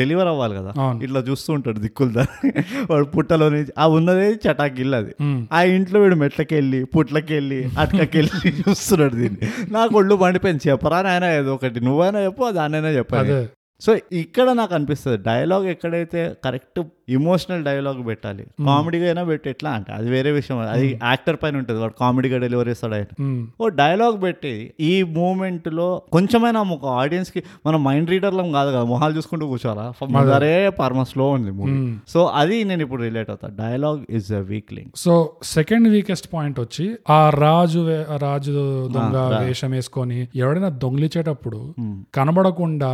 డెలివర్ అవ్వాలి కదా అవును. ఇట్లా చూస్తూ ఉంటాడు దిక్కులు దాన్ని వాడు పుట్టలో నుంచి ఆ ఉన్నదే చటాకిల్ అది మ్మ్. ఆ ఇంట్లో వీడు మెట్లకెళ్ళి పుట్లకెళ్ళి అట్లకెళ్ళి చూస్తున్నాడు దీన్ని నాకు ఒళ్ళు మండిపోయింది చెప్పరా నాయన ఏదో ఒకటి నువ్వైనా చెప్పు దానైనా చెప్పాలి అదే సో ఇక్కడ నాకు అనిపిస్తుంది డైలాగ్ ఎక్కడైతే కరెక్ట్ ఇమోషనల్ డైలాగ్ పెట్టాలి కామెడీగా అయినా పెట్టి ఎట్లా అంటే అది వేరే విషయం అది యాక్టర్ పైన ఉంటుంది వాడు కామెడీగా డెలివరీ చేస్తాడు ఆయన ఉమ్. ఓ డైలాగ్ పెట్టి ఈ మూమెంట్ లో కొంచెమైనా ఒక ఆడియన్స్ కి మనం మైండ్ రీడర్లం కాదు కదా మొహాలు చూసుకుంటూ కూర్చోాలా మదరే పర్మ స్లో ఉంది మూవీ Hmm. సో అది నేను ఇప్పుడు రిలేట్ అవుతా dialogue is a weak link so second weakest point వచ్చి ఆ రాజు వే- రాజు దొంగ వేషం వేసుకొని ఎవడైనా దొంగిలించేటప్పుడు కనబడకుండా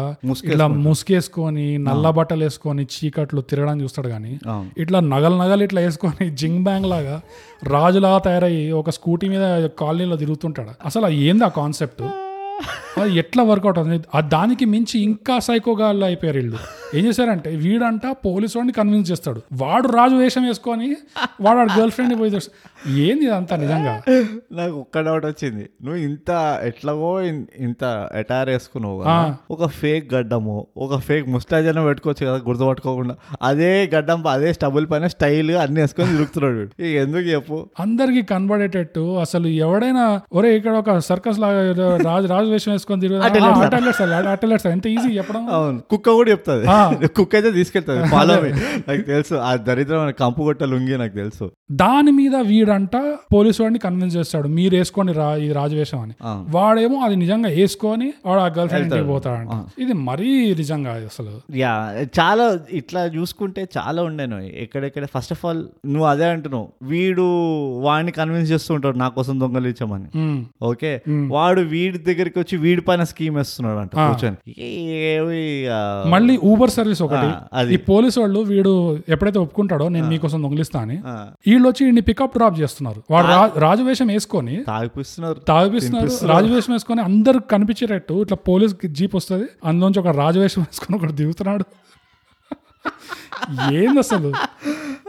ఇట్లా ముసుకేసుకొని నల్ల బట్టలు వేసుకొని చీకట్లు తిరగడం చూస్తాడు కానీ అవును ఇట్లా నగలు నగలు ఇట్లా వేసుకొని జింగ్ బ్యాంగ్ లాగా రాజులా తయారయ్యి ఒక స్కూటీ మీద కాలనీలో తిరుగుతుంటాడు అసలు అది ఏంది ఆ కాన్సెప్ట్ అది ఎట్లా వర్కౌట్ అవుతుంది ఆ దానికి మించి ఇంకా సైకోగాళ్ళు అయిపోయారు వీళ్ళు ఏం చేశారంటే వీడంట పోలీసు వాడిని కన్విన్స్ చేస్తాడు వాడు రాజు వేషం వేసుకొని వాడు వాడు గర్ల్ ఫ్రెండ్ పోయి చూస్తాడు. ఏంది ఇదంతా నిజంగా నాకు ఒక్క డౌట్ వచ్చింది నువ్వు ఇంత ఎట్లాగో ఇన్- ఇంత ఎటైర్ వేసుకున్నావు కదా ఒక ఫేక్ గడ్డము ఒక ఫేక్ ముస్టాజ్ అయినా పెట్టుకోవచ్చు కదా గుర్తుపట్టుకోకుండా అదే గడ్డం పై- అదే స్టబుల్ పైన స్టైల్ గా అన్ని వేసుకొని తిరుగుతున్నాడు వీడు. ఇక ఎందుకు చెప్పు అందరికి కనబడేటట్టు అసలు ఎవడైనా ఒరే ఇక్కడ ఒక సర్కస్ లాగా ఏదో రాజు రాజు రాజు వేషం వేసుకొని తిరుగుతాడు ఆ, అటు వెళ్ళాడు సార్ అటు వెళ్ళాడు సార్ ఎంత ఈజీ చెప్పడం అవును కుక్క కూడా చెప్తుంది ఆ. కుక్క అయితే తీసుకెళ్తుంది ఫాలో నాకు తెలుసు ఆ దరిద్రమైన కంపు కొట్ట లుంగి నాకు తెలుసు దాని మీద వీడంట పోలీసు వాడిని కన్విన్స్ చేస్తాడు మీరు వేసుకోండి రా ఇది రాజవేషం అని ఆ. వాడేమో అది నిజంగా వేసుకొని వాడు ఆ గర్ల్ ఫ్రెండ్ వెళ్తాడు. పోతాడంట ఇది మరీ నిజంగా అసలు యా చాలా ఇట్లా చూసుకుంటే చాలా ఉండేను ఎక్కడెక్కడ ఫస్ట్ ఆఫ్ ఆల్ నువ్వు అదే అంటున్నావు వీడు వాడిని కన్విన్స్ చేస్తూ ఉంటాడు నా కోసం దొంగలు ఇచ్చామని ఉమ్, ఓకే వాడు వీడి దగ్గరికి వచ్చి వీడి పైన స్కీమ్ వేస్తున్నాడు అంట కూర్చొని ఏవి, ఆ, మళ్ళీ ఊబర్ సర్వీస్ ఒకటి ఆ, అది ఈ పోలీసు వాళ్ళు వీడు ఎప్పుడైతే ఒప్పుకుంటాడో నేను మీకోసం దొంగిలిస్తా అని ఆ, వీళ్ళు వచ్చి వీడిని పికప్ డ్రాప్ చేస్తున్నారు వాడు రా- రాజవేషం వేసుకొని తాగిపిస్తున్నారు తాగిపిస్తున్నారు రాజవేషం వేసుకొని అందరు కనిపించేటట్టు ఇట్లా పోలీస్ జీప్ వస్తుంది అందులోంచి ఒక రాజవేషం వేసుకొని ఒకటి దిగుతున్నాడు ఏంది అసలు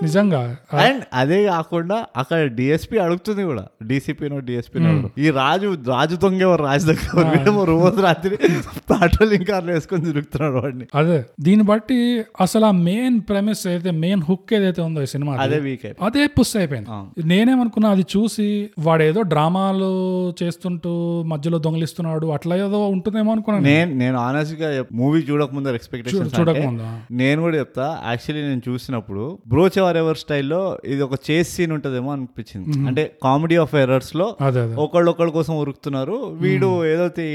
నిజంగా అండ్ అదే కాకుండా అక్కడ డిఎస్పీ అడుగుతుంది కూడా డిసిపినో డిఎస్పీనో ఈ రాజు రాజు దొంగ ఎవరు రాజు దొంగ ఎవరు? వీడేమో రోజు రాత్రి పెట్రోలింగ్ కార్లు వేసుకొని తిరుగుతున్నాడు వాడిని అదే దీన్ని బట్టి అసలు ఆ మెయిన్ ప్రెమిస్ ఏదైతే మెయిన్ హుక్ ఏదైతే ఉందో ఈ సినిమా అదే వీక్ అదే పుస్ అయిపోయింది నేనేమనుకున్నా అది చూసి వాడేదో డ్రామాలు చేస్తుంటూ మధ్యలో దొంగలిస్తున్నాడు అట్లా ఏదో ఉంటుందేమో అనుకున్నాను నేను నేను ఆనెస్ట్ గా మూవీ చూడక ముందర ఎక్స్పెక్టేషన్స్ అంటే చూడకముందు నేను కూడా చెప్తా యాక్చువల్లీ నేను చూసినప్పుడు బ్రోచెవర్ ఎవర్ స్టైల్లో ఇది ఒక చేస్ సీన్ ఉంటదేమో అనిపించింది అంటే కామెడీ ఆఫ్ ఎర్రర్స్ లో అదే అదే ఒకళ్ళు ఒకళ్ళ కోసం ఉరుకుతున్నారు వీడు ఏదో తి-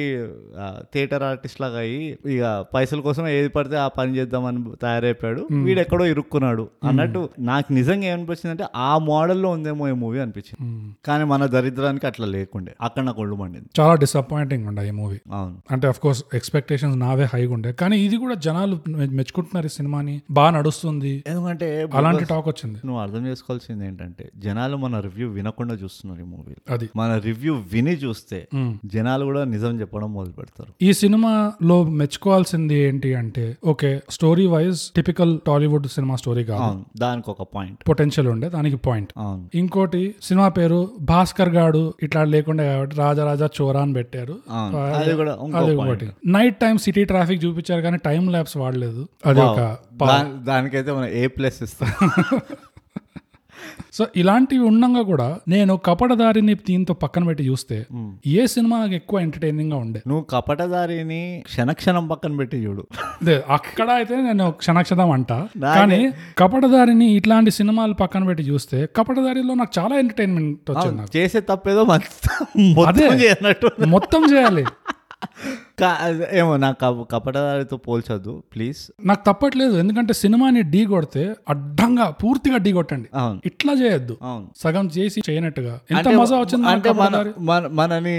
ఆ, థియేటర్ ఆర్టిస్ట్ లాగా అయ్యి ఇక పైసల కోసం ఏది పడితే ఆ పని చేద్దామని తయారైపోయాడు వీడు ఎక్కడో ఇరుక్కున్నాడు అన్నట్టు నాకు నిజంగా ఏమనిపించింది అంటే ఆ మోడల్లో ఉందేమో ఈ మూవీ అనిపించింది మ్మ్. కానీ మన దరిద్రానికి అట్లా లేకుండే అక్కడ నాకు ఒళ్ళు మండింది చాలా డిసప్పాయింటింగ్ ఉండే ఈ మూవీ అవును అంటే అఫ్ కోర్స్ ఎక్స్పెక్టేషన్స్ నావే హైగా ఉండే కానీ ఇది కూడా జనాలు మె- మెచ్చుకుంటున్నారు ఈ సినిమాని బాగా నడుస్తుంది ఎందుకంటే అలాంటి టాక్ వచ్చింది నువ్వు అర్థం చేసుకోవాల్సింది ఏంటంటే జనాలు మన రివ్యూ వినకుండా చూస్తున్నారు ఈ మూవీ అది మన రివ్యూ విని చూస్తే జనాలు కూడా నిజం చెప్పడం మొదలు పెడతారు ఈ సినిమాలో మెచ్చుకోవాల్సింది ఏంటి అంటే okay story wise typical Tollywood సినిమా స్టోరీ కాదు అవును దానికి ఒక పాయింట్ పొటెన్షియల్ ఉండే దానికి పాయింట్ అవును ఇంకోటి సినిమా పేరు భాస్కర్ గాడు ఇట్లా లేకుండా కాబట్టి రాజారాజా చోరా అని పెట్టారు అవును అది కూడా ఇంకో అది point. ఒకటి నైట్ టైం సిటీ ట్రాఫిక్ చూపించారు కానీ టైం ల్యాబ్స్ వాడలేదు అది ఒక దా- దానికైతే మనం ఏ ప్లస్ ఇస్తాం సో ఇలాంటివి ఉండగా కూడా నేను కపటదారిని దీంతో పక్కన పెట్టి చూస్తే Hmm. ఏ సినిమా నాకు ఎక్కువ ఎంటర్టైనింగ్ గా ఉండే నువ్వు కపటదారిని క్షణక్షణం పక్కన పెట్టి చూడు అదే, అక్కడ అయితే నేను క్షణక్షణం అంట కానీ కపటదారిని ఇట్లాంటి సినిమాలు పక్కన పెట్టి చూస్తే కపటదారిలో నాకు చాలా ఎంటర్టైన్మెంట్ వచ్చింది నాకు చేసే తప్పేదో మంచి- మొత్తం చేయనట్టు మొత్తం చేయాలి కా- ఏమో నాకు కప- కపటదారితో పోల్చొద్దు ప్లీజ్ నాకు తప్పట్లేదు ఎందుకంటే సినిమాని ఢీ కొడితే అడ్డంగా పూర్తిగా ఢీ కొట్టండి అవును ఇట్లా చేయొద్దు అవును సగం చేసి చేయనట్టుగా ఎంత అంటే మజా వచ్చింది అంటే నాకు మన కపటదారి. మన- మనని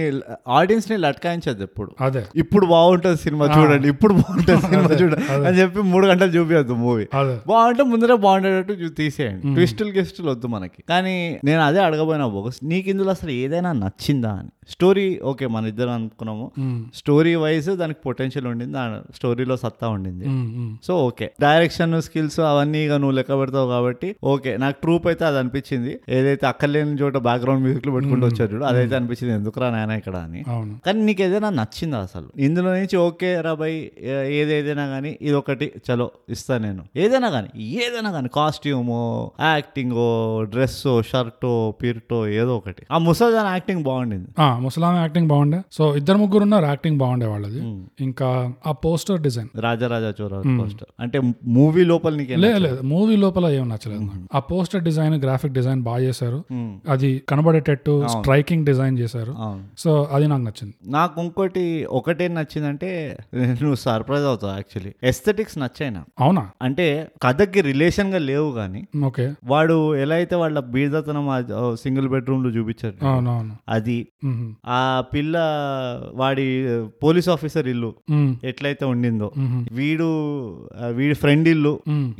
ఆడియన్స్ ని లట్కాయించదు ఎప్పుడు అదే ఇప్పుడు బాగుంటుంది సినిమా చూడండి ఇప్పుడు బాగుంటుంది సినిమా చూడండి అని చెప్పి మూడు గంటలు చూపించద్దు మూవీ అదే బాగుంటే ముందరే బాగుండేటట్టు చూ- తీసేయండి ట్విస్టులు గెస్టులు వద్దు మనకి కానీ నేను అదే అడగబోయినా బోగస్ నీకు ఇందులో అసలు ఏదైనా నచ్చిందా అని స్టోరీ ఓకే మన ఇద్దరం అనుకున్నాము మ్మ్. స్టోరీ వైజ్ దానికి పొటెన్షియల్ ఉండింది దాని స్టోరీలో సత్తా ఉండింది మ్మ్, మ్మ్. సో ఓకే డైరెక్షన్ స్కిల్స్ అవన్నీ ఇక నువ్వు లెక్క పెడతావు కాబట్టి ఓకే నాకు ట్రూప్ అయితే అది అనిపించింది ఏదైతే అక్కర్లేని చోట బ్యాక్గ్రౌండ్ మ్యూజిక్లు పెట్టుకుంటూ వచ్చారు చూడు అదైతే అనిపించింది ఎందుకురా నాయన ఇక్కడ అని అవును కానీ నీకు ఏదైనా నచ్చిందా అసలు ఇందులో నుంచి ఓకే రాబాయ్ ఏదేదైనా కానీ ఇది ఒకటి చలో ఇస్తా నేను ఏదైనా కానీ ఏదైనా కానీ కాస్ట్యూమో యాక్టింగో డ్రెస్సో షర్టో పిర్టో ఏదో ఒకటి ఆ ముసల్దాన్ యాక్టింగ్ బాగుండింది ఆ ముసలాం యాక్టింగ్ బాగుండే సో ఇద్దరు ముగ్గురు ఉన్నారు యాక్టింగ్ బాగుండే వాళ్ళది ఇంకా ఆ poster design Raja Raja Chora first అంటే మూవీ లోపల నీకేం లేదు లేదు మూవీ లోపల ఏం నచ్చలేదు నాకు ఆ పోస్టర్ డిజైన్ గ్రాఫిక్ డిజైన్ బాగా చేశారు అది కనబడేటట్టు స్ట్రైకింగ్ డిజైన్ చేశారు అవును సో అది నాకు నచ్చింది నాకు ఇంకోటి ఒకటేం నచ్చిందంటే నువ్వు సర్ప్రైజ్ అవుతావు యాక్చువల్లీ ఎస్థెటిక్స్ నచ్చాయి నాకు అవునా అంటే కథకి రిలేషన్గా లేవు కానీ ఓకే వాడు ఎలా అయితే వాళ్ళ బీదతనం సింగిల్ బెడ్రూమ్లో చూపించారు అవునవును అది ఆ పిల్ల వాడి పోలీస్ ఆఫీసర్ ఇల్లు ఎట్లయితే ఉండిందో వీడు ఆ, వీడి ఫ్రెండ్ ఇల్లు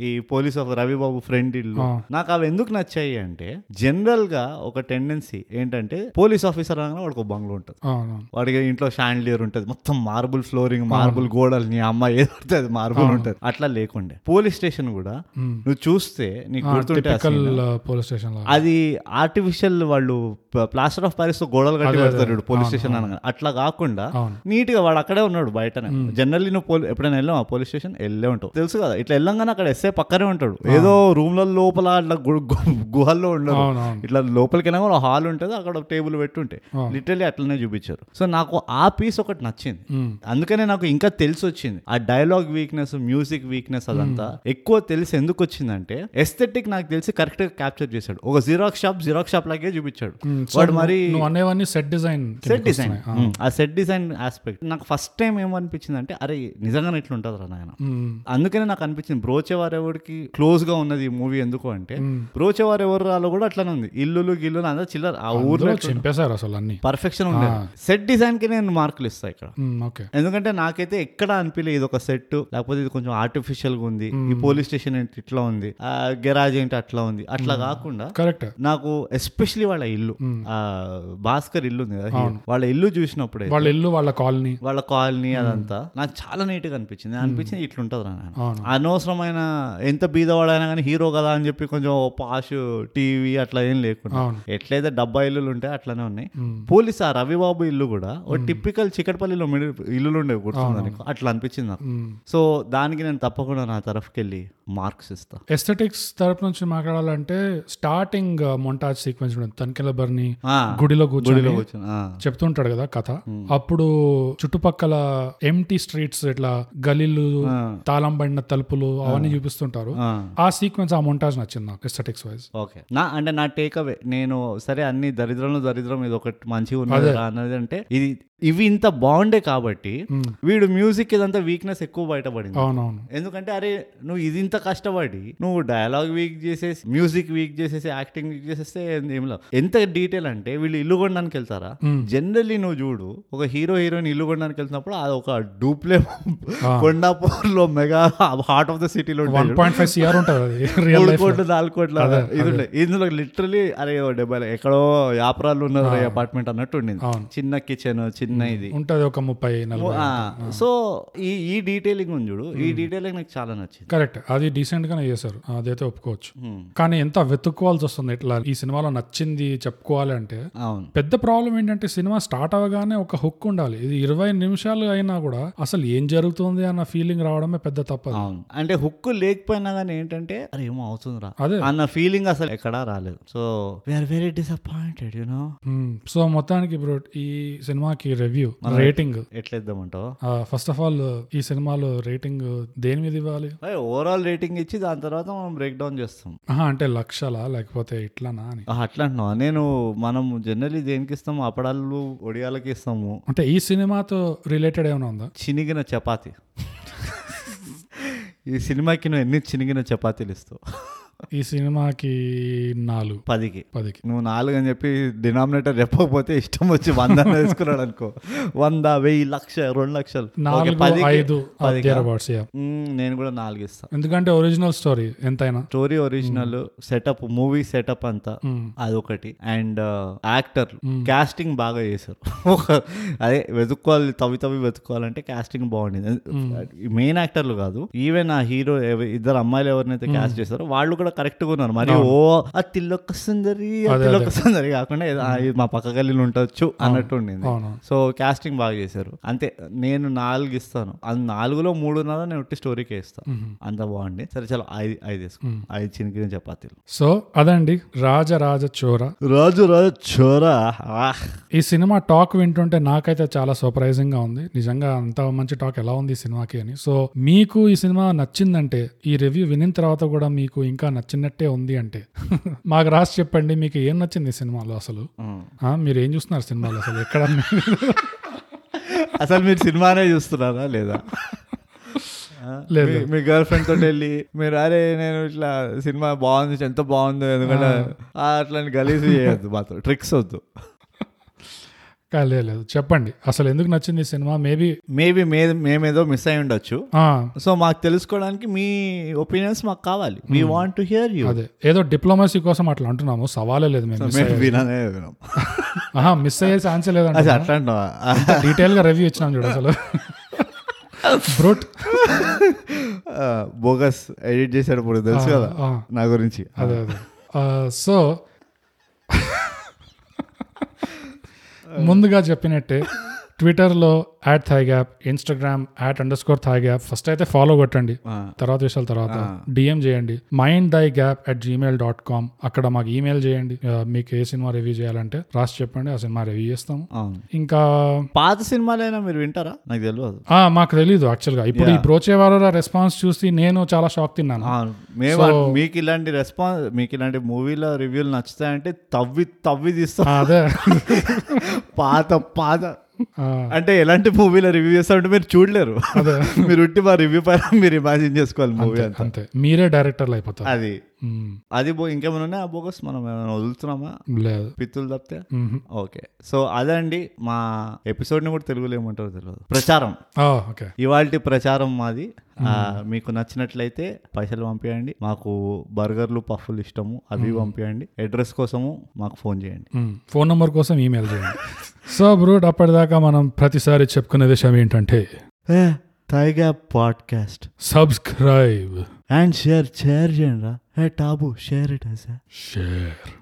ఈ పోలీస్ ఆఫ్ రవిబాబు ఫ్రెండ్ ఇల్లు ఆ. నాకు అవి ఎందుకు నచ్చాయి అంటే జనరల్ గా ఒక టెండెన్సీ ఏంటంటే పోలీస్ ఆఫీసర్ అనగా వాడికి ఒక బంగ్లా ఉంటుంది అవునవును వాడికి ఇంట్లో షాండ్లియర్ ఉంటుంది మొత్తం మార్బుల్ ఫ్లోరింగ్ మార్బుల్ గోడలు నీ అమ్మ ఏదో ఉంటుంది మార్బుల్ ఉంటుంది అట్లా లేకుండే పోలీస్ స్టేషన్ కూడా నువ్వు చూస్తే నీకు గుర్తుంటే ఆ టిపికల్ పోలీస్ స్టేషన్ లో అది ఆర్టిఫిషియల్ వాళ్ళు ప్లాస్టర్ ఆఫ్ ప్యారిస్ తో గోడలు కట్టి పెడతారు పోలీస్ స్టేషన్ అనగా అట్లా కాకుండా అవును. నీట్ గా వాడు వాడు అక్కడే ఉన్నాడు బయటనే జనరల్లీ నువ్వు పోలీ ఎప్పుడైనా వెళ్ళావు ఆ పోలీస్ స్టేషన్ వెళ్ళే ఉంటావు తెలుసు కదా ఇట్లా వెళ్ళంగానే అక్కడ ఎస్ఏ పక్కనే ఉంటాడు ఏదో రూమ్ల లోపల అట్లా గు- గు- గుహల్లో ఉండదు అవునవును ఇట్లా లోపలికి వెళ్ళినా కూడా హాల్ ఉంటుంది అక్కడ టేబుల్ పెట్టుంటే ఆ. లిటరలీ అట్లనే చూపించారు సో నాకు ఆ పీస్ ఒకటి నచ్చింది ఉమ్. అందుకనే నాకు ఇంకా తెలిసి వచ్చింది ఆ డైలాగ్ వీక్నెస్ మ్యూజిక్ వీక్నెస్ అదంతా ఎక్కువ తెలిసి ఎందుకు వచ్చిందంటే ఎస్థెటిక్ నాకు తెలిసి కరెక్ట్ గా క్యాప్చర్ చేశాడు ఒక జిరాక్స్ షాప్ జిరాక్స్ షాప్ లాగే చూపించాడు ఉమ్, సో వాడు మరి నువ్వు అనేవన్నీ సెట్ డిజైన్ సెట్ డిజైన్ ఆ సెట్ డిజైన్ ఆస్పెక్ట్ నాకు ఫస్ట్ టైం ఏమనిపించింది అంటే అరే నిజంగానే ఇట్లా ఉంటుంది రా నాయన అందుకనే నాకు అనిపించింది బ్రోచేవారెవడికి క్లోజ్ గా ఉన్నది ఈ మూవీ ఎందుకు అంటే బ్రోచేవారెవరు రాలో కూడా అట్లానే ఉంది ఇల్లులు గిల్లులు అందరూ చిల్లర ఆ ఊర్లో చింపేశారు అసలు అన్ని పర్ఫెక్షన్ ఉండేది సెట్ డిజైన్ కి నేను మార్కులు ఇస్తాను ఇక్కడ ఓకే ఎందుకంటే నాకైతే ఎక్కడ అనిపించలేదు ఇది ఒక సెట్ లేకపోతే ఇది కొంచెం ఆర్టిఫిషియల్ గా ఉంది ఈ పోలీస్ స్టేషన్ ఏంటి ఇట్లా ఉంది ఆ గెరాజ్ ఏంటి అట్లా ఉంది అట్లా కాకుండా కరెక్ట్ నాకు ఎస్పెషలీ వాళ్ళ ఇల్లు ఆ భాస్కర్ ఇల్లు ఉంది కదా వాళ్ళ ఇల్లు చూసినప్పుడే వాళ్ళ ఇల్లు వాళ్ళ కాలనీ వాళ్ళ కాలనీ అదంతా నాకు చాలా నీట్ గా అనిపించింది అనిపించింది ఇట్లుంటది రా నాన్న. అవును. అనవసరమైన ఎంత బీదవాడైనా కానీ హీరో కదా అని చెప్పి కొంచెం పాష్ టీవీ అట్లా ఏం లేకుండా అవును. ఎట్లయితే డబ్బా ఇల్లులు ఉంటాయి అట్లానే ఉన్నాయి పోలీస్ ఆ రవిబాబు ఇల్లు కూడా ఓ టిపికల్ చికటపల్లిలో మిడి ఇల్లులు ఉండేవి గుర్తుందా నీకు అట్లా అనిపించింది నాకు సో దానికి నేను తప్పకుండా నా తరఫుకెళ్ళి మార్క్స్ ఇస్తా ఎస్థెటిక్స్ తరపు నుంచి మాట్లాడాలంటే స్టార్టింగ్ మొంటాజ్ సీక్వెన్స్ ఉంటుంది తనికెల బర్ని ఆ, గుడిలో కూర్చొని గుడిలో కూర్చొని, ఆ. చెప్తుంటాడు కదా కథ అప్పుడు చుట్టుపక్కల ఎంటీ స్ట్రీట్స్ ఇట్లా గలీలు తాళం పడిన తలుపులు అవన్నీ చూపిస్తుంటారు ఆ. ఆ సీక్వెన్స్ ఆ మొంటాజ్ నచ్చింది నాకు ఎస్థెటిక్స్ వైజ్ ఓకే నా అంటే నా టేక్ అవే నేను సరే అన్ని దరిద్రంలో దరిద్రం ఇది ఒకటి మంచిగా ఉన్నది రా అన్నది అంటే ఇది ఇవి ఇంత బాగుండే కాబట్టి వీడు మ్యూజిక్ ఇదంతా వీక్నెస్ ఎక్కువ బయటపడింది అవునవును ఎందుకంటే అరే నువ్వు ఇది ఇంత కష్టపడి నువ్వు డైలాగ్ వీక్ చేసేసి మ్యూజిక్ వీక్ చేసేసి యాక్టింగ్ వీక్ చేసేస్తే ఏం- ఏం లేవు ఎంత డీటెయిల్ అంటే వీళ్ళు ఇల్లు కొనడానికి వెళ్తారా జనరల్లీ నువ్వు చూడు ఒక హీరో హీరోయిన్ ఇల్లు కొనడానికి వెళ్తున్నప్పుడు అది ఒక డూప్లే కొండాపూర్లో మెగా హార్ట్ ఆఫ్ ద సిటీలో వన్ పాయింట్ ఫైవ్ సిఆర్ ఉంటుంది అది రియల్ మూడు లైఫ్ కోట్లు నాలుగు కోట్లు అదే ఇది ఉండే ఇందులో లిటరలీ అరే ఓ డెబ్బై లే- ఎక్కడో యాపరాలు ఉన్నది అపార్ట్మెంట్ అన్నట్టు ఉండింది అవును. చిన్న కిచెన్ చిన్న ఇది ఉంటుంది ఒక ముప్పై నలభై ఆ, సో ఈ ఈ డీటెయిలింగ్ ఉంది చూడు ఈ డీటెయిలింగ్ నాకు చాలా నచ్చింది కరెక్ట్ అది డీసెంట్ గానే చేశారు అదైతే ఒప్పుకోవచ్చు Hmm. కానీ ఎంత వెతుక్కోవాల్సి వస్తుంది ఇట్లా ఈ సినిమాలో నచ్చింది చెప్పుకోవాలి అంటే అవును పెద్ద ప్రాబ్లం ఏంటంటే సినిమా స్టార్ట్ అవగానే ఒక హుక్ ఉండాలి ఇది ఇరవై నిమిషాలు అయినా కూడా అసలు ఏం జరుగుతుంది అన్న ఫీలింగ్ రావడమే పెద్ద తప్పదు అవును అంటే హుక్ లేకపోయినా కానీ ఏంటంటే అరే ఏమో అవుతుందిరా అదే. అన్న ఫీలింగ్ అసలు ఎక్కడా రాలేదు so we're very disappointed you know hmm. Hmm. So మొత్తానికి బ్రో ఈ సినిమాకి రివ్యూ రేటింగ్ ఎట్లేద్దామంటావు ఫస్ట్ ఆఫ్ ఆల్ ఈ సినిమాలో రేటింగ్ దేని మీద ఇవ్వాలి ఓవరాల్ రేటింగ్ ఇచ్చి దాని తర్వాత మనం బ్రేక్ డౌన్ చేస్తాం ఆహా, అంటే లక్షలా లేకపోతే ఇట్లానా అని ఆ, అట్లా అంటున్నావా నేను మనం జనరల్లీ దేనికి ఇస్తాము అప్పడాలు ఒడియాలకి ఇస్తాము అంటే ఈ సినిమాతో రిలేటెడ్ ఏమైనా ఉందా చినిగిన చపాతి ఈ సినిమాకి నువ్వు ఎన్ని చినిగిన చపాతీలు ఇస్తావు ఈ సినిమాకి నాలుగు పదికి పదికి నువ్వు నాలుగు అని చెప్పి డినామినేటర్ చెప్పకపోతే ఇష్టం వచ్చి వంద అని వేసుకున్నాడు అనుకో వంద వెయ్యి లక్ష రెండు లక్షలు ఓకే, నాలుగు పదికి- ఐదు పదికా? అబౌట్స్ యా మ్మ్, నేను కూడా నాలుగు ఇస్తాను ఎందుకంటే ఒరిజినల్ స్టోరీ ఎంతైనా story original setup movie setup అంతా అదొకటి అండ్ యాక్టర్ కాస్టింగ్ బాగా చేశారు ఒక అదే వెతుక్కోవాలి తవి తవి వెతుక్కోవాలంటే కాస్టింగ్ బాగుండింది మెయిన్ యాక్టర్లు కాదు ఈవెన్ ఆ హీరో ఇద్దరు అమ్మాయిలు ఎవరినైతే కాస్ట్ చేశారో వాళ్ళు కూడా కరెక్ట్ గా ఉన్నారు మరి ఓ ఆ తిల్లొక్క సుందరి ఆ తిల్లొక్క సుందరి కాకుండా ఏదో, "ఆ, ఇది మా పక్క గల్లీలు ఉండొచ్చు అన్నట్టు ఉండింది అవును సో కాస్టింగ్ బాగా చేశారు అంతే నేను నాలుగు ఇస్తాను అది నాలుగులో మూడున్నర నేను ఉట్టి స్టోరీకే ఇస్తాను అంత బాగుంది సరే చలో ఐదు ఐదు వేసుకో ఐదు చిన్న చపాతీలు సో అదండి రాజరాజ చోర రాజు రాజు చోరా ఈ సినిమా టాక్ వింటుంటే నాకైతే చాలా సర్ప్రైజింగ్ గా ఉంది నిజంగా అంత మంచి టాక్ ఎలా ఉంది ఈ సినిమాకి అని సో మీకు ఈ సినిమా నచ్చిందంటే ఈ రివ్యూ వినిన తర్వాత కూడా మీకు ఇంకా నచ్చినట్టే ఉంది అంటే మాకు రాసి చెప్పండి మీకు ఏం నచ్చింది ఈ సినిమాలో అసలు ఆ, మీరు ఏం చూస్తున్నారు సినిమాలో అసలు ఎక్కడ అసలు మీరు సినిమానే చూస్తున్నారా లేదా ఆ, లేదు. మీ- మీ గర్ల్ ఫ్రెండ్ తోటి వెళ్ళి మీరు అరే నేను ఇట్లా సినిమా బాగుంది ఎంత బాగుందో ఎందుకంటే ఆ, అట్లాంటి గలీజ్ చేయొద్దు మాత్రం ట్రిక్స్ వద్దు కా- లేదు లేదు. చెప్పండి అసలు ఎందుకు నచ్చింది ఈ సినిమా మేబీ మేబీ మే మేమేదో మిస్ అయి ఉండొచ్చు సో మాకు తెలుసుకోవడానికి మీ ఒపీనియన్స్ మాకు కావాలి we want to hear you Hmm. అదే ఏదో డిప్లొమసీ కోసం అట్లా అంటున్నాము సవాలే లేదు మేము మిస్ అయ్యే- విననే వినం ఆహా మిస్ అయ్యే ఛాన్స్ లేదండి అది అట్లా అంటావా? డీటెయిల్ గా రివ్యూ ఇచ్చినాం చూడు అసలు బ్రూట్ ఆ, బోగస్ ఎడిట్ చేసేటప్పుడు తెలుసు కదా ఆ, నా గురించి అదే అదే ఆ, సో ముందుగా చెప్పినట్టే ట్విట్టర్లో at the gap Instagram at underscore the gap first అయితే ఫాలో కొట్టండి తర్వాత విషయాల తర్వాత డిఎం చేయండి mind the gap at Gmail dot com అక్కడ మాకు ఈమెయిల్ చేయండి ఆ, మీకు ఏ సినిమా రివ్యూ చేయాలంటే రాసి చెప్పండి ఆ సినిమా రివ్యూ చేస్తాము అవును ఇంకా పాత సినిమాలైనా మీరు వింటారా నాకు తెలియదు ఆ, మాకు తెలీదు యాక్చువల్గా ఇప్పుడు ఈ బ్రోచేవారో రెస్పాన్స్ చూసి నేను చాలా షాక్ తిన్నాను అవును మేము అన్- మీకు ఇలాంటి రెస్పాన్స్ మీకు ఇలాంటి మూవీల రివ్యూలు నచ్చుతాయంటే తవ్వి తవ్వి తీస్తాం ఆ, అదే పాత పాత ఆ, అంటే ఎలాంటి మూవీల రివ్యూ చేస్తామంటే మీరు చూడలేరు మీరు ఉంటే మా రివ్యూ పైన మీరు ఇమాజిన్ చేసుకోవాలి మూవీ అంతా అంతే మీరే డైరెక్టర్లు అయిపోతారు అది మ్మ్. అది బో ఇంకేమైనా ఉన్నాయా బోగస్ మనం ఏమైనా వదులుతున్నామా లేదు పిత్తులు తప్పితే మ్మ్. ఓకే సో అదండి మా ఎపిసోడ్ని కూడా తెలుగులో ఏమంటారో తెలియదు ప్రచారం ఆ, ఓకే ఇవాళ ప్రచారం మాది ఆ, మీకు నచ్చినట్లయితే పైసలు పంపించండి మాకు బర్గర్లు పఫ్లు ఇష్టము అవి పంపించండి అడ్రస్ కోసము మాకు ఫోన్ చేయండి మ్మ్. ఫోన్ నంబర్ కోసం ఈమెయిల్ చేయండి సో బ్రూట్ అప్పటిదాకా మనం ప్రతిసారి చెప్పుకునే విషయం ఏంటంటే తైగా podcast subscribe and share share చేయండి రా హే టాబు షేర్ ఇట్ షేర్